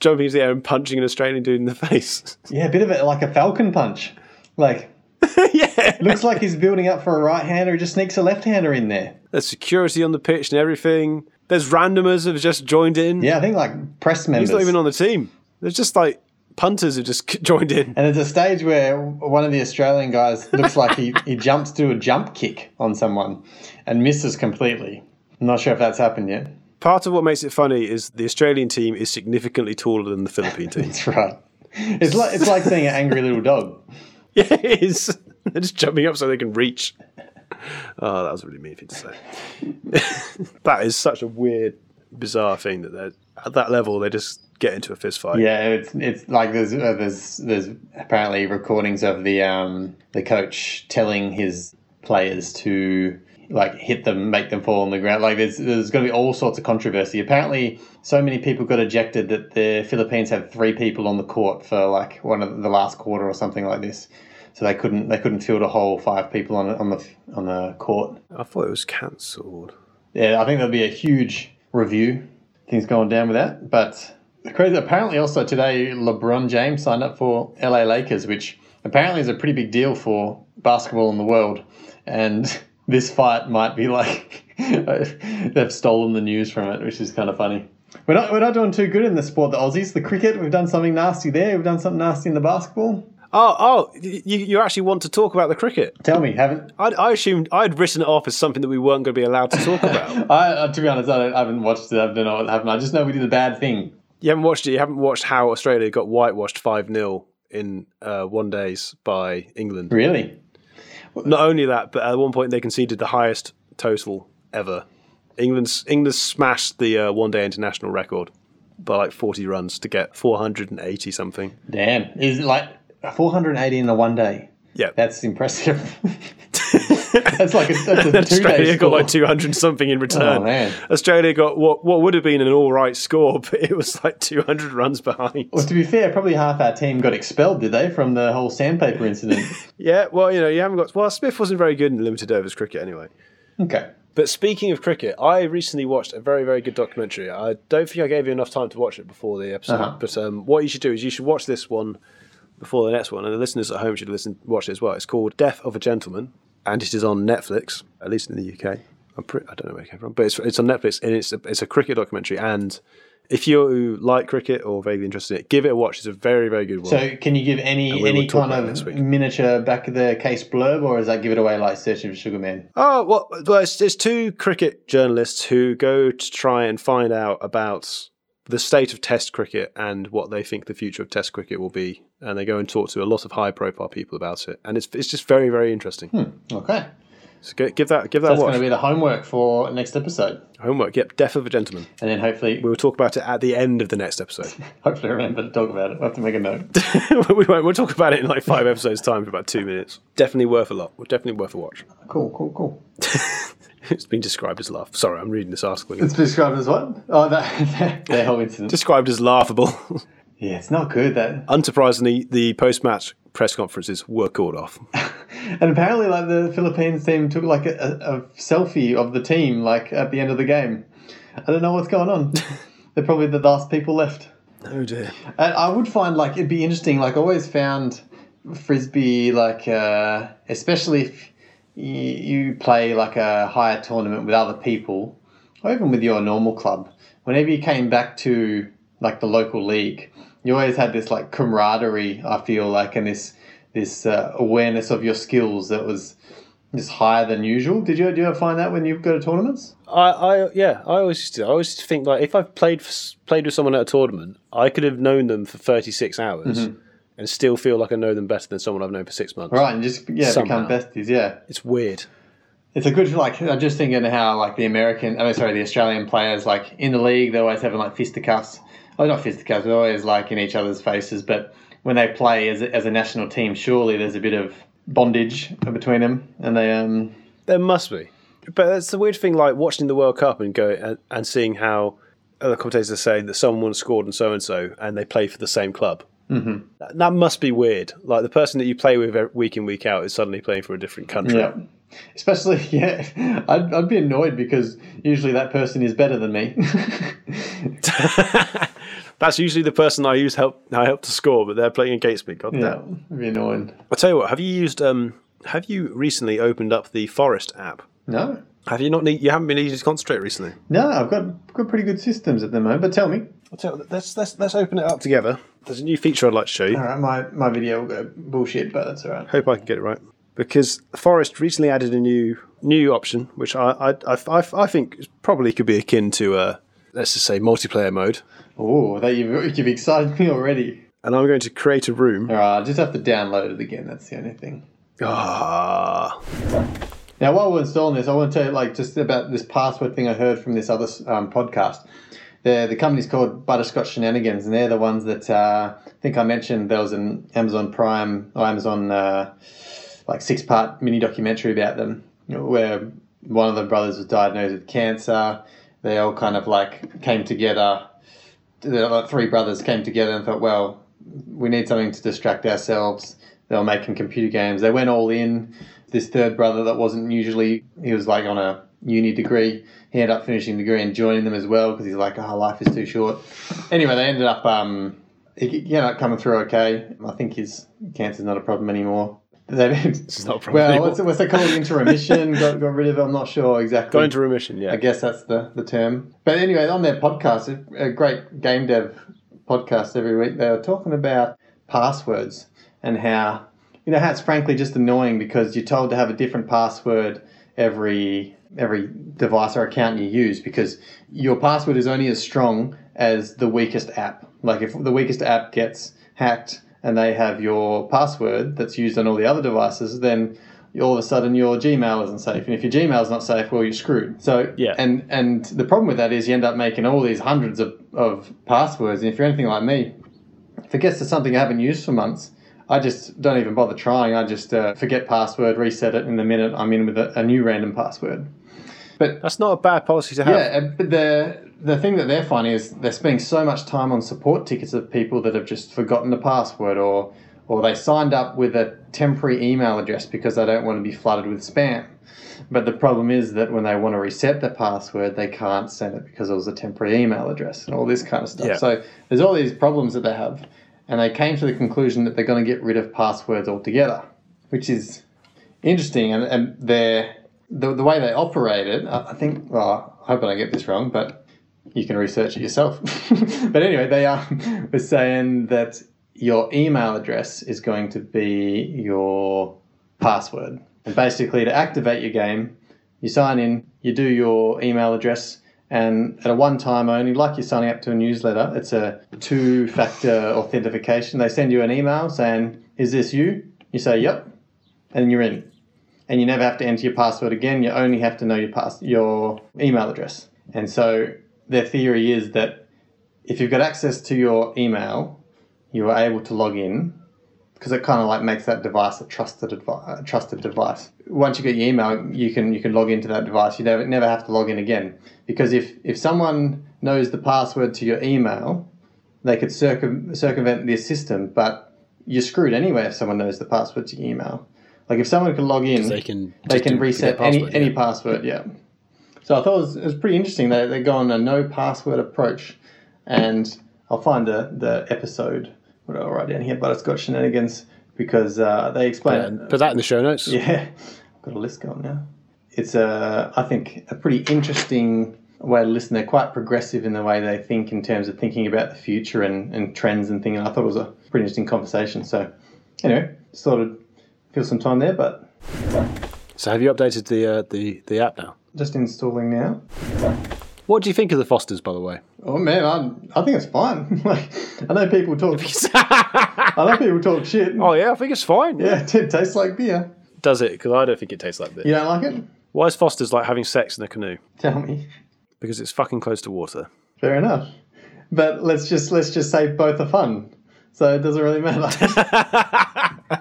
[SPEAKER 2] jumping into the air and punching an Australian dude in the face.
[SPEAKER 1] Yeah, a bit of it like a falcon punch, like.
[SPEAKER 2] yeah,
[SPEAKER 1] Looks like he's building up for a right hander. He just sneaks a left hander in there.
[SPEAKER 2] there's security on the pitch and everything. There's randomers who've just joined in.
[SPEAKER 1] Yeah, I think like press members.
[SPEAKER 2] he's not even on the team. There's just like punters who've just joined in.
[SPEAKER 1] And there's a stage where one of the Australian guys looks like he, he jumps to a jump kick on someone and misses completely. I'm not sure if that's happened yet.
[SPEAKER 2] Part of what makes it funny is the Australian team is significantly taller than the Philippine team.
[SPEAKER 1] That's right. It's like it's like seeing an angry little dog.
[SPEAKER 2] Yeah, it is. They're just jumping up so they can reach. Oh, that was a really mean thing to say. that is such a weird, bizarre thing that they're at that level. They just get into a fist fight.
[SPEAKER 1] Yeah, it's it's like there's uh, there's there's apparently recordings of the um the coach telling his players to like hit them, make them fall on the ground. Like there's there's going to be all sorts of controversy. Apparently, so many people got ejected that the Philippines had three people on the court for like one of the last quarter or something like this. So they couldn't they couldn't field a whole five people on on the on the court.
[SPEAKER 2] I thought it was cancelled.
[SPEAKER 1] Yeah, I think there'll be a huge review. Things going down with that, but crazy. Apparently, also today, LeBron James signed up for LA Lakers, which apparently is a pretty big deal for basketball in the world. And this fight might be like they've stolen the news from it, which is kind of funny. We're not, we're not doing too good in the sport, the Aussies. The cricket, we've done something nasty there. We've done something nasty in the basketball.
[SPEAKER 2] Oh, oh, y- you, you actually want to talk about the cricket?
[SPEAKER 1] Tell me, haven't
[SPEAKER 2] I'd, I assumed I'd written it off as something that we weren't going to be allowed to talk about.
[SPEAKER 1] I? uh, To be honest, I, don't, I haven't watched it. I don't know what happened. I just know we did a bad thing.
[SPEAKER 2] you haven't watched it. You haven't watched how Australia got whitewashed five 0 in uh, one days by England.
[SPEAKER 1] Really?
[SPEAKER 2] Not only that, but at one point they conceded the highest total ever. England's England smashed the uh, one day international record by like 40 runs to get 480 something.
[SPEAKER 1] Damn, is it like 480 in a one day.
[SPEAKER 2] Yeah.
[SPEAKER 1] That's impressive. that's like a, that's a two
[SPEAKER 2] Australia
[SPEAKER 1] day
[SPEAKER 2] got
[SPEAKER 1] score.
[SPEAKER 2] like uh, 200 something in return.
[SPEAKER 1] Oh, man.
[SPEAKER 2] Australia got what what would have been an all right score, but it was like 200 runs behind.
[SPEAKER 1] well, to be fair, probably half our team got expelled, did they, from the whole sandpaper incident?
[SPEAKER 2] Yeah, well, you know, you haven't got. Well, Smith wasn't very good in limited overs cricket anyway.
[SPEAKER 1] okay.
[SPEAKER 2] But speaking of cricket, I recently watched a very, very good documentary. I don't think I gave you enough time to watch it before the episode.
[SPEAKER 1] Uh-huh.
[SPEAKER 2] But um, what you should do is you should watch this one before the next one, and the listeners at home should listen watch it as well. It's called Death of a Gentleman, and it is on Netflix, at least in the UK. I'm pre- I don't know where it came from, but it's, it's on Netflix, and it's a, it's a cricket documentary. And if you like cricket or vaguely interested in it, give it a watch. It's a very, very good one.
[SPEAKER 1] So, can you give any
[SPEAKER 2] we
[SPEAKER 1] any
[SPEAKER 2] will talk
[SPEAKER 1] kind
[SPEAKER 2] about it next
[SPEAKER 1] of
[SPEAKER 2] week.
[SPEAKER 1] miniature back of the case blurb, or is that give it away like Searching for Sugar Man?
[SPEAKER 2] Oh well, well it's, it's two cricket journalists who go to try and find out about the state of Test cricket and what they think the future of Test cricket will be, and they go and talk to a lot of high-profile people about it, and it's it's just very very interesting.
[SPEAKER 1] Okay,
[SPEAKER 2] So go, give that give that
[SPEAKER 1] that's
[SPEAKER 2] watch
[SPEAKER 1] going to be the homework for next episode,
[SPEAKER 2] homework. Yep, Death of a Gentleman.
[SPEAKER 1] and then hopefully,
[SPEAKER 2] We will talk about it at the end of the next episode.
[SPEAKER 1] hopefully remember to talk about it. I have to make a note.
[SPEAKER 2] we won't. We'll talk about it in like five episodes' time for about two minutes. Definitely worth a lot. Definitely worth a watch.
[SPEAKER 1] Cool, cool, cool.
[SPEAKER 2] It's been described as laugh. Sorry, I'm reading this article. Again.
[SPEAKER 1] It's described as what? Oh, that the whole incident.
[SPEAKER 2] Described as laughable.
[SPEAKER 1] yeah, it's not good. That
[SPEAKER 2] Unsurprisingly, the post-match press conferences were called off.
[SPEAKER 1] And apparently, like the Philippines team took like a, a, a selfie of the team, like at the end of the game. I don't know what's going on. They're probably the last people left.
[SPEAKER 2] Oh dear!
[SPEAKER 1] And I would find like it'd be interesting. Like I always found frisbee, like uh, especially if you, you play like a higher tournament with other people, or even with your normal club. Whenever you came back to like the local league, you always had this like camaraderie. I feel like and this this uh, awareness of your skills that was is higher than usual. Did you do you ever find that when you go to tournaments?
[SPEAKER 2] I, I yeah, I always used to. I always used to think like if I've played for, played with someone at a tournament, I could have known them for thirty six hours and still feel like I know them better than someone I've known for six months.
[SPEAKER 1] Right, and just yeah,
[SPEAKER 2] Somehow.
[SPEAKER 1] become besties. Yeah,
[SPEAKER 2] It's weird.
[SPEAKER 1] it's a good like. I'm just thinking how like the American, I mean, sorry, the Australian players like in the league, they're always having like fisticuffs. Oh, not fisticuffs. They're always like in each other's faces. But when they play as a, as a national team, surely there's a bit of bondage between them, and they um
[SPEAKER 2] There must be, but that's the weird thing. Like watching the World Cup and go and, and seeing how other commentators are saying that someone scored and so and so, and they play for the same club. Mm-hmm. That, that must be weird. Like the person that you play with e- week in week out is suddenly playing for a different country.
[SPEAKER 1] yeah. Especially, yeah, I'd, I'd be annoyed because usually that person is better than me.
[SPEAKER 2] That's usually the person I use help I help to score, but they're playing against me. God damn.
[SPEAKER 1] yeah, I'd be annoyed.
[SPEAKER 2] I tell you what. Have you used? Um, have you recently opened up the Forest app?
[SPEAKER 1] No,
[SPEAKER 2] Have you not? Need, you haven't been easy to concentrate recently.
[SPEAKER 1] no, I've got got pretty good systems at the moment. But tell me,
[SPEAKER 2] I'll tell you, let's let's let's open it up together. There's a new feature I'd like to show you.
[SPEAKER 1] all right, my my video will go bullshit, but that's all right.
[SPEAKER 2] Hope I can get it right. Because Forest recently added a new new option, which I I, I, I, I think is- probably could be akin to uh, let's just say multiplayer mode.
[SPEAKER 1] Oh, that you've, you've excited me already.
[SPEAKER 2] And I'm going to create a room.
[SPEAKER 1] All right, I just have to download it again. That's the only thing.
[SPEAKER 2] Ah,
[SPEAKER 1] Now, while we're installing this, I want to tell you like just about this password thing I heard from this other um, podcast. The the company's called Butterscotch Shenanigans, and they're the ones that uh, I think I mentioned. There was an Amazon Prime or Amazon uh, like six part mini documentary about them, you know, where one of the brothers was diagnosed with cancer. They all kind of like came together. The other three brothers came together and thought, well, we need something to distract ourselves. They were making computer games. They went all in. This third brother that wasn't usually, he was like on a uni degree. He ended up finishing the degree and joining them as well because he's like, oh, life is too short. Anyway, they ended up, um, he he ended up coming through okay. I think his cancer's not a problem anymore. It's
[SPEAKER 2] not a problem
[SPEAKER 1] Well,
[SPEAKER 2] anymore.
[SPEAKER 1] what's it, what's it called? Into remission? got, got rid of it? I'm not sure exactly.
[SPEAKER 2] going to remission. Yeah,
[SPEAKER 1] I guess that's the, the term. But anyway, on their podcast, a great game dev podcast every week, they were talking about passwords and how, you know, how it's frankly just annoying because you're told to have a different password every every device or account you use because your password is only as strong as the weakest app. Like if the weakest app gets hacked and they have your password that's used on all the other devices, then all of a sudden your Gmail isn't safe. And if your Gmail's not safe, well, you're screwed. So
[SPEAKER 2] Yeah.
[SPEAKER 1] and and the problem with that is you end up making all these hundreds of, of passwords. And if you're anything like me, if it gets to something I haven't used for months, I just don't even bother trying. I just uh, forget password, reset it in the minute I'm in with a, a new random password.
[SPEAKER 2] that's not a bad policy to have.
[SPEAKER 1] Yeah, and- but the the thing that they're finding is they're spending so much time on support tickets of people that have just forgotten the password or or they signed up with a temporary email address because they don't want to be flooded with spam. But the problem is that when they want to reset their password, they can't send it because it was a temporary email address and all this kind of stuff.
[SPEAKER 2] Yeah.
[SPEAKER 1] So there's all these problems that they have, and they came to the conclusion that they're going to get rid of passwords altogether, which is interesting. And, and their the, the way they operate it, I I think. Well, I hope I don't get this wrong, but you can research it yourself. but anyway, they um, were saying that your email address is going to be your password. And basically, to activate your game, you sign in, you do your email address, and at a one time only, like you're signing up to a newsletter, it's a two factor authentication. They send you an email saying, Is this you? You say, Yep, and you're in. And you never have to enter your password again, you only have to know your, pass- your email address. And so their theory is that if you've got access to your email, you are able to log in because it kind of like makes that device a trusted advi- a trusted device. Once you get your email, you can you can log into that device. You never never have to log in again because if if someone knows the password to your email, they could circum, circumvent this system. But you're screwed anyway if someone knows the password to your email. Like if someone can log in,
[SPEAKER 2] They can
[SPEAKER 1] they
[SPEAKER 2] just
[SPEAKER 1] can
[SPEAKER 2] do- forget
[SPEAKER 1] reset any
[SPEAKER 2] password,
[SPEAKER 1] any
[SPEAKER 2] yeah.
[SPEAKER 1] password. Yeah. So I thought it was, it was pretty interesting. They they go on a no password approach, and I'll find the the episode what I'll write down here. But it's got shenanigans because uh, they explain it.
[SPEAKER 2] And put that in the show notes.
[SPEAKER 1] Yeah, I've got a list going now. It's a, I think, a pretty interesting way to listen. They're quite progressive in the way they think in terms of thinking about the future and, and trends and things. And I thought it was a pretty interesting conversation. So, anyway, sort of fill some time there. But
[SPEAKER 2] So have you updated the uh, the the app now?
[SPEAKER 1] Just installing now.
[SPEAKER 2] What do you think of the Fosters, by the way?
[SPEAKER 1] Oh man, I, I think it's fine. like I know people talk. I know people talk shit.
[SPEAKER 2] oh yeah, I think it's fine.
[SPEAKER 1] Yeah, it tastes like beer.
[SPEAKER 2] Does it? Because I don't think it tastes like this.
[SPEAKER 1] You don't like it?
[SPEAKER 2] Why is Fosters like having sex in a canoe?
[SPEAKER 1] Tell me.
[SPEAKER 2] Because it's fucking close to water.
[SPEAKER 1] Fair enough. But let's just let's just say both are fun. So it doesn't really matter.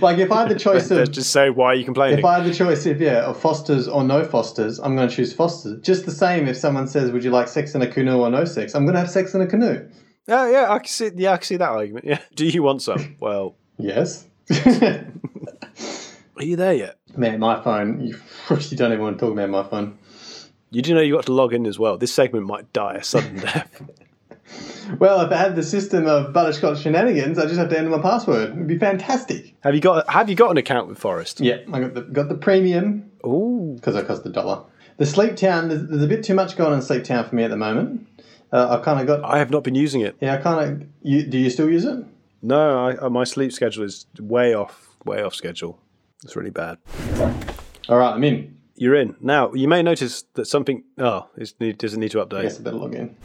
[SPEAKER 1] like if I had the choice
[SPEAKER 2] Let's
[SPEAKER 1] of
[SPEAKER 2] just say why are you complaining?
[SPEAKER 1] if I had the choice of yeah, of Fosters or no Fosters, I'm gonna choose Fosters. Just the same if someone says, Would you like sex in a canoe or no sex? I'm gonna have sex in a canoe.
[SPEAKER 2] Oh yeah, I can see. Yeah, I can see that argument. Yeah. Do you want some? well,
[SPEAKER 1] Yes.
[SPEAKER 2] are you there yet?
[SPEAKER 1] Man, my phone you, you don't even want to talk about my phone.
[SPEAKER 2] You do know you got to log in as well. This segment might die a sudden death.
[SPEAKER 1] Well, if I had the system of butterscotch shenanigans, I just have to enter my password. It'd be fantastic.
[SPEAKER 2] Have you got Have you got an account with Forest?
[SPEAKER 1] Yeah, I got the got the premium
[SPEAKER 2] Ooh,
[SPEAKER 1] because it cost a dollar. The Sleep Town, there's, there's a bit too much going on in Sleep Town for me at the moment. Uh, I kind of got,
[SPEAKER 2] I have not been using it.
[SPEAKER 1] yeah, I kind of. You, do you still use it?
[SPEAKER 2] No, I, uh, my sleep schedule is way off, way off schedule. It's really bad.
[SPEAKER 1] All right, I'm in.
[SPEAKER 2] You're in now. You may notice that something. Oh, it's, it doesn't need to update.
[SPEAKER 1] I guess I better log in.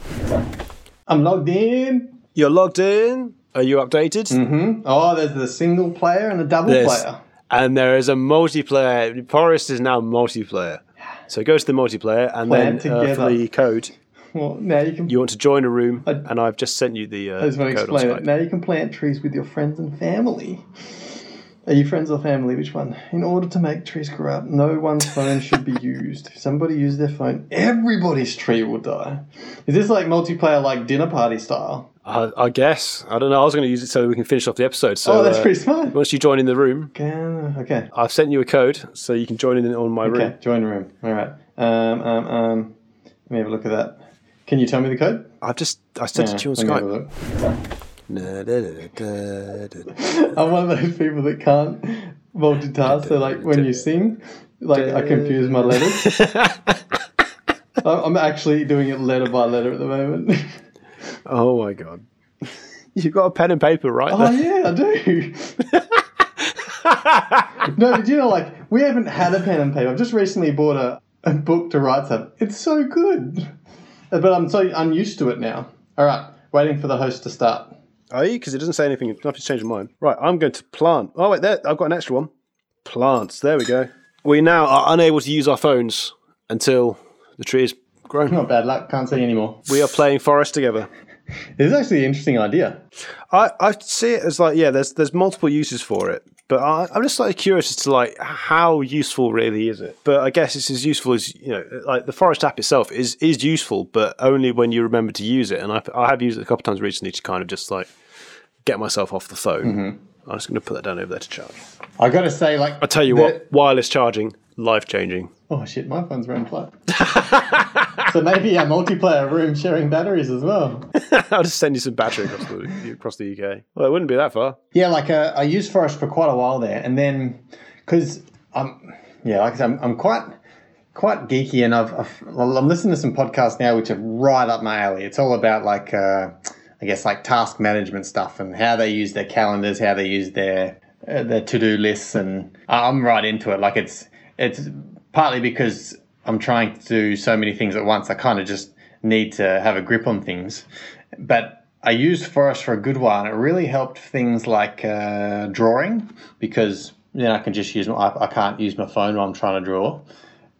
[SPEAKER 1] I'm logged in.
[SPEAKER 2] You're logged in. Are you updated?
[SPEAKER 1] Oh, there's the single player and the double
[SPEAKER 2] There's-
[SPEAKER 1] player.
[SPEAKER 2] And there is a multiplayer. Forest is now multiplayer. So go to the multiplayer and
[SPEAKER 1] Plan
[SPEAKER 2] then uh, for
[SPEAKER 1] together.
[SPEAKER 2] the code.
[SPEAKER 1] Well, now you can.
[SPEAKER 2] You want to join a room,
[SPEAKER 1] I-
[SPEAKER 2] and I've just sent you the uh,
[SPEAKER 1] I just want
[SPEAKER 2] code
[SPEAKER 1] to
[SPEAKER 2] on
[SPEAKER 1] explain it.
[SPEAKER 2] Skype.
[SPEAKER 1] Now you can plant trees with your friends and family. Are you friends or family? Which one? In order to make trees grow up, no one's phone should be used. If somebody used their phone, everybody's tree will die. Is this like multiplayer, like dinner party style?
[SPEAKER 2] I, I guess I don't know. I was going to use it so we can finish off the episode. So
[SPEAKER 1] oh, that's
[SPEAKER 2] uh,
[SPEAKER 1] pretty smart.
[SPEAKER 2] once you join in the room,
[SPEAKER 1] Can- Okay.
[SPEAKER 2] I've sent you a code so you can join in on my room.
[SPEAKER 1] Okay. Join room. All right. Um, um, um, let me have a look at that. Can you tell me the code?
[SPEAKER 2] I've just I sent it to you on
[SPEAKER 1] let me have a
[SPEAKER 2] Skype.
[SPEAKER 1] look.
[SPEAKER 2] Na, da, da, da, da, da.
[SPEAKER 1] I'm one of those people that can't multitask. So, like, when you sing, like, I confuse my letters. I- I'm actually doing it letter by letter at the moment.
[SPEAKER 2] oh my god! You've got a pen and paper, right?
[SPEAKER 1] Oh,
[SPEAKER 2] there.
[SPEAKER 1] yeah, I do. no, but you know, like, we haven't had a pen and paper. I've just recently bought a, a book to write something. It's so good. Uh, But I'm so unused to it now. All right, waiting for the host to start.
[SPEAKER 2] Are you? Because it doesn't say anything. Nothing's changed in mine. Right, I'm going to plant. Oh wait, there I've got an extra one. Plants. There we go. We now are unable to use our phones until the tree is grown.
[SPEAKER 1] Not bad luck, can't see anymore.
[SPEAKER 2] We are playing forest together.
[SPEAKER 1] It's actually an interesting idea.
[SPEAKER 2] I, I see it as like yeah, there's there's multiple uses for it, but I, I'm just like curious as to like how useful really is it. But I guess it's as useful as you know, like the Forest app itself is is useful, but only when you remember to use it. And I I have used it a couple times recently to kind of just like get myself off the phone. I'm just going to put that down over there to charge.
[SPEAKER 1] I gotta say, like,
[SPEAKER 2] I tell you
[SPEAKER 1] the-
[SPEAKER 2] what, wireless charging, life changing.
[SPEAKER 1] Oh shit, my phone's running flat. so maybe our multiplayer room sharing batteries as well.
[SPEAKER 2] I'll just send you some battery across the across the UK. Well, it wouldn't be that far.
[SPEAKER 1] Yeah, like uh, I used Forest for quite a while there, and then because I'm yeah, like I said, I'm, I'm quite quite geeky, and I've, I've I'm listening to some podcasts now which are right up my alley. It's all about like uh, I guess like task management stuff and how they use their calendars, how they use their uh, their to do lists, and I- I'm right into it. Like it's it's partly because I'm trying to do so many things at once. I kind of just need to have a grip on things, but I used Forest for a good while, and it really helped things like uh, drawing because then I can just use my I, I can't use my phone while I'm trying to draw.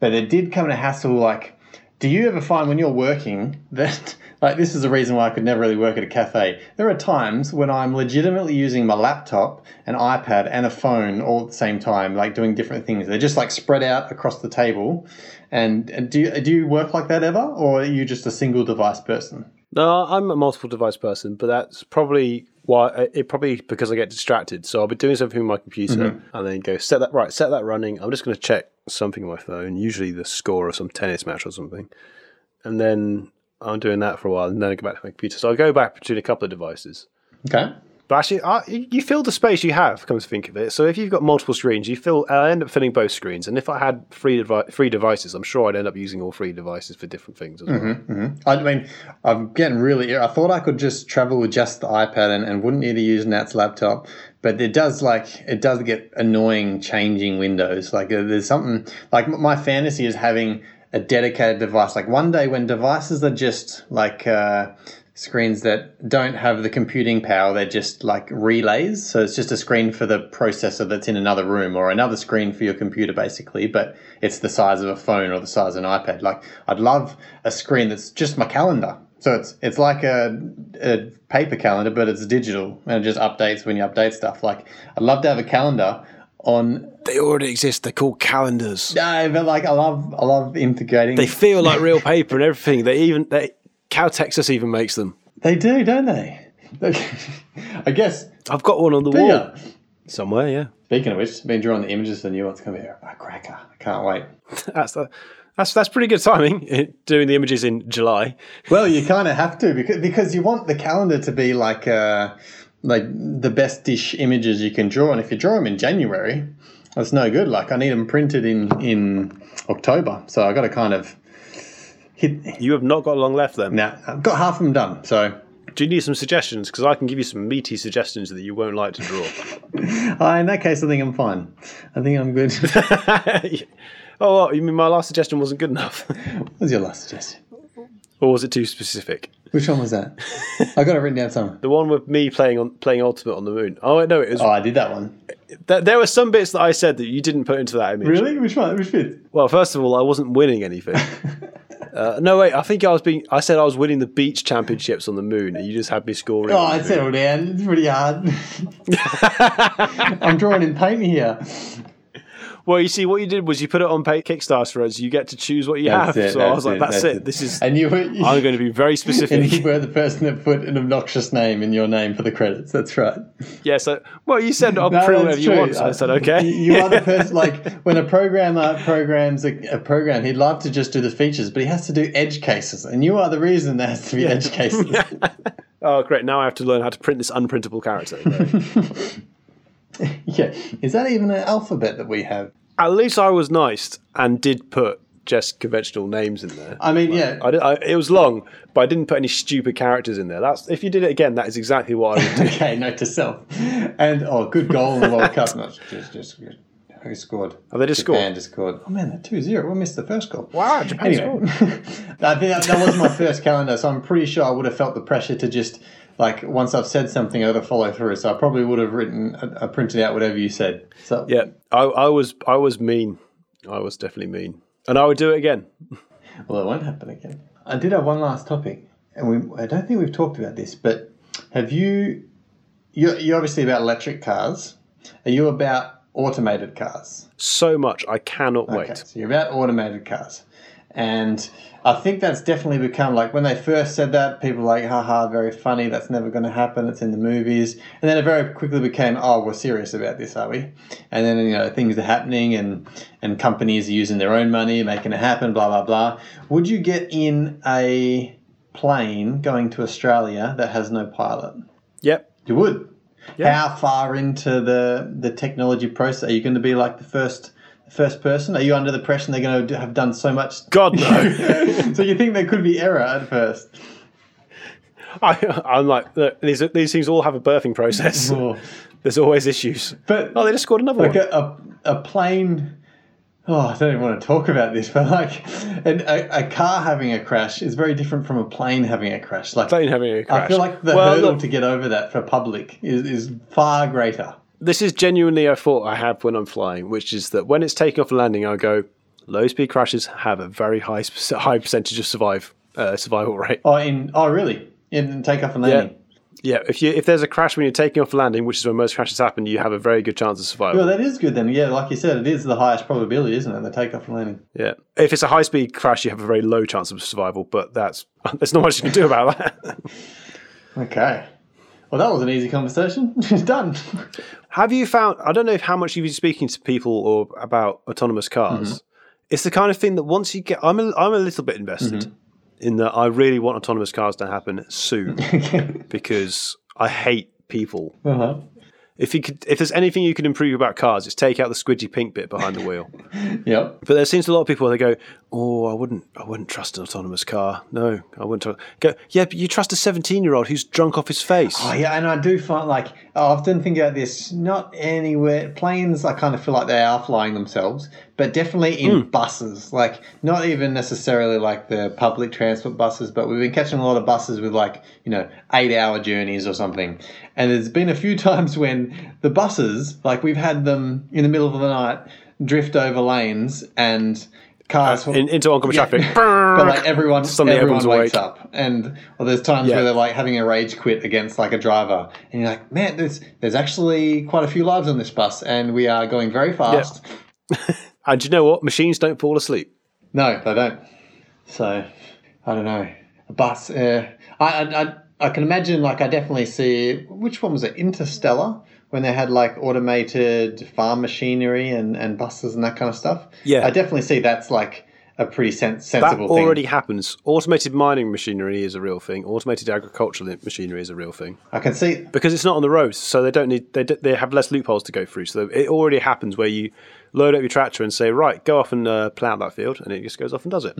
[SPEAKER 1] But it did come in a hassle. Like, do you ever find when you're working that like this is the reason why I could never really work at a cafe? There are times when I'm legitimately using my laptop, an iPad, and a phone all at the same time, like doing different things. They're just like spread out across the table. And, and do you, do you work like that ever, or are you just a single device person?
[SPEAKER 2] No, I'm a multiple device person, but that's probably why uh, it probably because I get distracted. So I'll be doing something on my computer and then go set that right, set that running. I'm just going to check something on my phone, usually the score of some tennis match or something, and then I'm doing that for a while, and then I go back to my computer. So I go back between a couple of devices.
[SPEAKER 1] Okay.
[SPEAKER 2] But actually, I, you fill the space you have. Come to think of it, so if you've got multiple screens, you fill. I end up filling both screens, and if I had three, devi- three devices, I'm sure I'd end up using all three devices for different things as well.
[SPEAKER 1] Mm-hmm. I mean, I'm getting really. I thought I could just travel with just the iPad and, and wouldn't need to use Nat's laptop, but it does like it does get annoying changing windows. Like uh, there's something like m- my fantasy is having a dedicated device. Like one day when devices are just like uh, screens that don't have the computing power, they're just like relays. So it's just a screen for the processor that's in another room or another screen for your computer, basically. But it's the size of a phone or the size of an iPad. Like I'd love a screen that's just my calendar. So it's it's like a, a paper calendar, but it's digital and it just updates when you update stuff. Like I'd love to have a calendar on.
[SPEAKER 2] They already exist. They're called calendars.
[SPEAKER 1] No, but like I love I love integrating.
[SPEAKER 2] They feel like real paper and everything. They even they Cow Texas even makes them.
[SPEAKER 1] They do, don't they? I guess.
[SPEAKER 2] I've got one on the wall
[SPEAKER 1] Yeah.
[SPEAKER 2] somewhere. Yeah,
[SPEAKER 1] Speaking of which, been drawing the images of the new one's gonna be a cracker. I can't wait.
[SPEAKER 2] that's the, that's that's pretty good timing. eh, Doing the images in July.
[SPEAKER 1] Well, you kind of have to because because you want the calendar to be like uh, like the best dish images you can draw, and if you draw them in January, that's no good. Like I need them printed in in October, so I got to kind of hit.
[SPEAKER 2] You have not got long left then.
[SPEAKER 1] Now I've got half of them done, so
[SPEAKER 2] Do you need some suggestions? Because I can give you some meaty suggestions that you won't like to draw.
[SPEAKER 1] uh, in that case, I think I'm fine. I think I'm good. what
[SPEAKER 2] oh, what, you mean my last suggestion wasn't good enough,
[SPEAKER 1] was your last suggestion?
[SPEAKER 2] or was it too specific?
[SPEAKER 1] Which one was that? I got it written down somewhere.
[SPEAKER 2] The one with me playing on playing Ultimate on the Moon. Oh wait, no, it was.
[SPEAKER 1] Oh, I did that one.
[SPEAKER 2] Th- there were some bits that I said that you didn't put into that image.
[SPEAKER 1] Really? Which one? Which bit?
[SPEAKER 2] Well, first of all, I wasn't winning anything. Uh, no wait, I think I was being. I said I was winning the beach championships on the moon, and you just had me scoring.
[SPEAKER 1] Oh, I settled down. It's pretty hard. I'm drawing in paint here.
[SPEAKER 2] Well, you see, what you did was you put it on pay- Kickstarter as you get to choose what you have. so I was like, that's, it. This is.
[SPEAKER 1] And you were, you,
[SPEAKER 2] I'm going to be very
[SPEAKER 1] and you
[SPEAKER 2] specific.
[SPEAKER 1] were the person that put an obnoxious name in your name for the credits. That's right.
[SPEAKER 2] yeah. So, well, you said I'll
[SPEAKER 1] No,
[SPEAKER 2] prove
[SPEAKER 1] that's
[SPEAKER 2] whatever you
[SPEAKER 1] true.
[SPEAKER 2] want. So I said, okay.
[SPEAKER 1] You are the person, like, when a programmer programs a, a program, he'd love to just do the features, but he has to do edge cases. And you are the reason there has to be edge cases.
[SPEAKER 2] oh, great. Now I have to learn how to print this unprintable character.
[SPEAKER 1] yeah. Is that even an alphabet that we have?
[SPEAKER 2] At least I was nice and did put just conventional names in there.
[SPEAKER 1] I mean, yeah.
[SPEAKER 2] I did, I, it was long, but I didn't put any stupid characters in there. That's if you did it again, that is exactly what I would do.
[SPEAKER 1] Okay, note to self. And oh, good goal in the World Cup. No, just, just, who scored?
[SPEAKER 2] Oh, they just
[SPEAKER 1] Japan
[SPEAKER 2] scored.
[SPEAKER 1] just scored. Oh man, that 2-0. We missed the first goal.
[SPEAKER 2] Wow, Japan
[SPEAKER 1] Anyway, I think that, that was my first calendar, so I'm pretty sure I would have felt the pressure to just like once I've said something, I would have followed through. So I probably would have written, I, I printed out whatever you said. So
[SPEAKER 2] Yeah, I, I was I was mean. I was definitely mean, and I would do it again.
[SPEAKER 1] Well, it won't happen again. I did have one last topic, and we, I don't think we've talked about this, but have you, you're, you're obviously about electric cars. Are you about automated cars?
[SPEAKER 2] So much I cannot
[SPEAKER 1] Okay,
[SPEAKER 2] wait.
[SPEAKER 1] so you're about automated cars. And I think that's definitely become like when they first said that, people were like, haha, very funny, that's never going to happen, it's in the movies. And then it very quickly became, oh, we're serious about this, are we? And then, you know, things are happening and, and companies are using their own money, making it happen, blah, blah, blah. Would you get in a plane going to Australia that has no pilot?
[SPEAKER 2] Yep.
[SPEAKER 1] You would.
[SPEAKER 2] Yeah.
[SPEAKER 1] How far into the the technology process are you going to be like the first first person? Are you under the pressure they're going to have done so much?
[SPEAKER 2] God no.
[SPEAKER 1] so you think there could be error at first?
[SPEAKER 2] I, I'm like look, these these things all have a birthing process.
[SPEAKER 1] Or-
[SPEAKER 2] There's always issues.
[SPEAKER 1] But
[SPEAKER 2] Oh, they just scored another
[SPEAKER 1] like
[SPEAKER 2] one.
[SPEAKER 1] a, a, a plane. Oh, I don't even want to talk about this, but like, an, a, a car having a crash is very different from a plane having a crash. Like,
[SPEAKER 2] Plane having a crash.
[SPEAKER 1] I feel like the
[SPEAKER 2] well,
[SPEAKER 1] hurdle
[SPEAKER 2] look,
[SPEAKER 1] to get over that for public is, is far greater.
[SPEAKER 2] this is genuinely a thought I have when I'm flying, which is that when it's taking off and landing, I go low speed crashes have a very high sp- high percentage of survive uh, survival rate.
[SPEAKER 1] Oh, in oh really? In takeoff and landing.
[SPEAKER 2] Yeah, if you if there's a crash when you're taking off and landing, which is when most crashes happen, you have a very good chance of survival.
[SPEAKER 1] Well, that is good then. Yeah, like you said, it is the highest probability, isn't it? The takeoff and landing.
[SPEAKER 2] Yeah. If it's a high speed crash, you have a very low chance of survival, but that's there's not much you can do about that.
[SPEAKER 1] Okay. Well, that was an easy conversation. It's done.
[SPEAKER 2] have you found I don't know if how much you've been speaking to people or about autonomous cars. It's the kind of thing that once you get I'm a, I'm a little bit invested in that I really want autonomous cars to happen soon
[SPEAKER 1] okay.
[SPEAKER 2] because I hate people
[SPEAKER 1] Uh-huh.
[SPEAKER 2] If you could, if there's anything you can improve about cars, it's take out the squidgy pink bit behind the wheel.
[SPEAKER 1] Yep.
[SPEAKER 2] But there seems to be a lot of people where they go, "Oh, I wouldn't, I wouldn't trust an autonomous car. No, I wouldn't." Tr-. Go, yeah, but you trust a 17 year old who's drunk off his face.
[SPEAKER 1] Oh, yeah, and I do find like I often think about this. Not anywhere planes. I kind of feel like they are flying themselves, but definitely in buses. Like not even necessarily like the public transport buses, but we've been catching a lot of buses with like you know eight hour journeys or something. And there's been a few times when the buses, like we've had them in the middle of the night, drift over lanes and cars
[SPEAKER 2] Uh, In, into oncoming traffic.
[SPEAKER 1] but like everyone,
[SPEAKER 2] Suddenly
[SPEAKER 1] everyone
[SPEAKER 2] everyone's
[SPEAKER 1] wakes
[SPEAKER 2] awake.
[SPEAKER 1] up, and well, there's times
[SPEAKER 2] Yeah.
[SPEAKER 1] where they're like having a rage quit against like a driver, and you're like, man, there's there's actually quite a few lives on this bus, and we are going very fast.
[SPEAKER 2] and do you know what? Machines don't fall asleep.
[SPEAKER 1] No, they don't. So I don't know. A bus. Uh, I, I I I can imagine like I definitely see which one was it? Interstellar. When they had like automated farm machinery and, and buses and that kind of stuff,
[SPEAKER 2] Yeah.
[SPEAKER 1] I definitely see that's like a pretty sen-
[SPEAKER 2] That
[SPEAKER 1] sensible thing.
[SPEAKER 2] already happens. Automated mining machinery is a real thing. Automated agricultural machinery is a real thing
[SPEAKER 1] I can see
[SPEAKER 2] because it's not on the roads, so they don't need they d- they have less loopholes to go through. So it already happens where you load up your tractor and say, right, go off and uh, plow that field, and it just goes off and does it.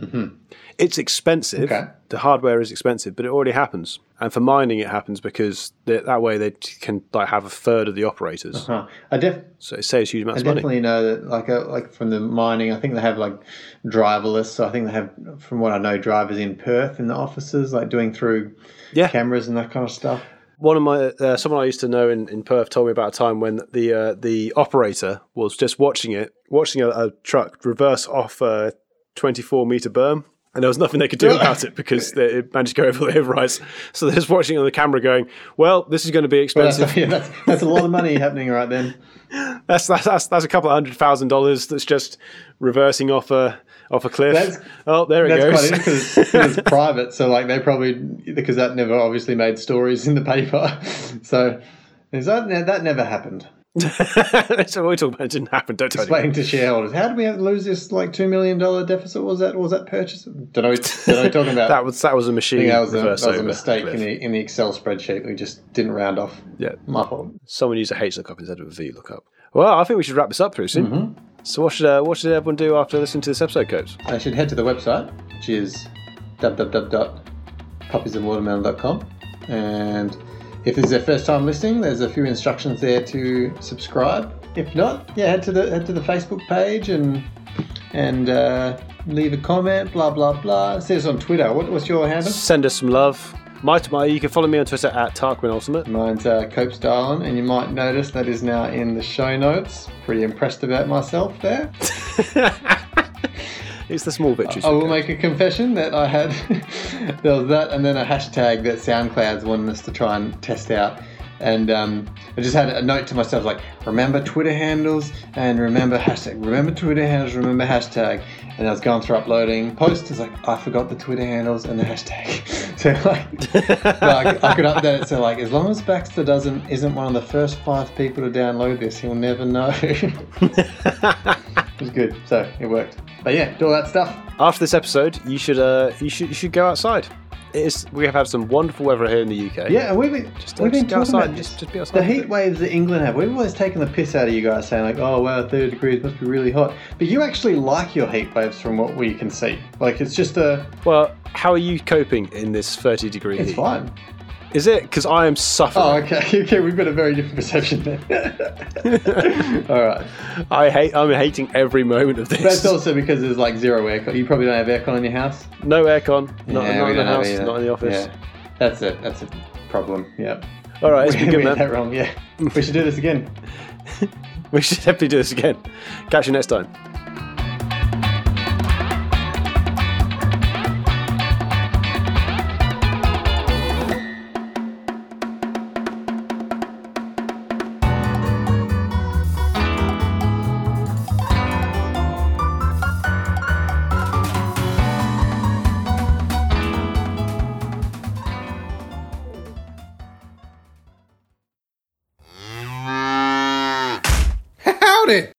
[SPEAKER 2] It's expensive.
[SPEAKER 1] Okay.
[SPEAKER 2] The hardware is expensive, but it already happens. And for mining, it happens because th that way they t- can like have a third of the operators,
[SPEAKER 1] Huh. I def-
[SPEAKER 2] so it saves huge amounts
[SPEAKER 1] I
[SPEAKER 2] of money.
[SPEAKER 1] definitely know that, like, uh, like from the mining, I think they have like driverless. So I think they have, from what I know, drivers in Perth in the offices, like doing through
[SPEAKER 2] Yeah.
[SPEAKER 1] cameras and that kind of stuff.
[SPEAKER 2] One of my uh, someone I used to know in, in Perth told me about a time when the uh, the operator was just watching it, watching a, a truck reverse off a twenty four meter berm, and there was nothing they could do about it because they, it managed to go over the overrides. So they're just watching it on the camera, going, "Well, this is going to be
[SPEAKER 1] That's,
[SPEAKER 2] expensive.
[SPEAKER 1] yeah, that's, that's a lot of money happening right then.
[SPEAKER 2] That's that's that's, that's a couple of hundred thousand dollars. That's just reversing off a off a cliff.
[SPEAKER 1] That's-
[SPEAKER 2] oh, there it
[SPEAKER 1] That's
[SPEAKER 2] goes.
[SPEAKER 1] quite interesting 'cause it's, 'cause it's private. So like they probably because that never obviously made stories in the paper. So is that that never happened.
[SPEAKER 2] That's what we're talking about. It didn't happen. Don't tell anyone.
[SPEAKER 1] Explaining to shareholders, how did we have, lose this like two million dollar deficit? What was that? What was that purchase? Don't know. Don't know. what you're Talking about
[SPEAKER 2] That was that was a machine.
[SPEAKER 1] that was a,
[SPEAKER 2] reverse
[SPEAKER 1] that was a
[SPEAKER 2] over
[SPEAKER 1] mistake
[SPEAKER 2] cliff.
[SPEAKER 1] in the in the Excel spreadsheet. We just didn't round off.
[SPEAKER 2] Yeah.
[SPEAKER 1] My fault.
[SPEAKER 2] someone used a H lookup instead of a V lookup. Well, I think we should wrap this up pretty soon.
[SPEAKER 1] Mm-hmm.
[SPEAKER 2] So what should uh, what should everyone do after listening to this episode, Coach?
[SPEAKER 1] I should head to the website, which is www.puppiesandwatermelon.com. And if this is their first time listening, there's a few instructions there to subscribe. If not, yeah, head to the head to the Facebook page and and uh, leave a comment. Blah blah blah. It says on Twitter. What, what's your handle?
[SPEAKER 2] Send us some love. My, my, you can follow me on Twitter at Tarquin Ultimate.
[SPEAKER 1] Mine's uh, Copes Darlin, and you might notice that is now in the show notes. Pretty impressed about myself there.
[SPEAKER 2] It's the small victories.
[SPEAKER 1] I will
[SPEAKER 2] okay?
[SPEAKER 1] make a confession that I had there was that, and then a hashtag that SoundCloud's wanted us to try and test out. And um, I just had a note to myself like, remember Twitter handles and remember hashtag. Remember Twitter handles, remember hashtag. And I was going through uploading posts. It's like I forgot the Twitter handles and the hashtag. So like, like I could update it. So like, as long as Baxter doesn't isn't one of the first five people to download this, he'll never know. it was good. So it worked. But yeah, do all that stuff.
[SPEAKER 2] after this episode, you should uh, you should you should go outside. It is, we have had some wonderful weather here in the UK.
[SPEAKER 1] Yeah, and we've been,
[SPEAKER 2] Just, uh,
[SPEAKER 1] we've been
[SPEAKER 2] just
[SPEAKER 1] talking
[SPEAKER 2] go outside,
[SPEAKER 1] about
[SPEAKER 2] just-
[SPEAKER 1] this.
[SPEAKER 2] just be outside
[SPEAKER 1] the
[SPEAKER 2] with
[SPEAKER 1] heat
[SPEAKER 2] it.
[SPEAKER 1] waves that England have. We've always taken the piss out of you guys, saying like, "Oh wow, thirty degrees must be really hot." But you actually like your heat waves from what we can see. Like it's just a,
[SPEAKER 2] Well, how are you coping in this 30 degree
[SPEAKER 1] it's
[SPEAKER 2] heat?
[SPEAKER 1] fine.
[SPEAKER 2] Is it? Because I am
[SPEAKER 1] Oh,
[SPEAKER 2] suffering.
[SPEAKER 1] okay, okay, we've got a very different perception then. All right.
[SPEAKER 2] I hate. I'm hating every moment of
[SPEAKER 1] But it's
[SPEAKER 2] this.
[SPEAKER 1] also because there's like zero aircon. You probably don't have aircon in your house.
[SPEAKER 2] No aircon. Not,
[SPEAKER 1] Yeah,
[SPEAKER 2] not
[SPEAKER 1] we
[SPEAKER 2] in the
[SPEAKER 1] don't have
[SPEAKER 2] house.
[SPEAKER 1] either.
[SPEAKER 2] Not in the office.
[SPEAKER 1] Yeah. That's it. That's a problem. Yeah.
[SPEAKER 2] All right, it's
[SPEAKER 1] we
[SPEAKER 2] been good,
[SPEAKER 1] had
[SPEAKER 2] man.
[SPEAKER 1] that wrong. Yeah. We should do this again.
[SPEAKER 2] We should definitely do this again. Catch you next time.
[SPEAKER 3] Howdy!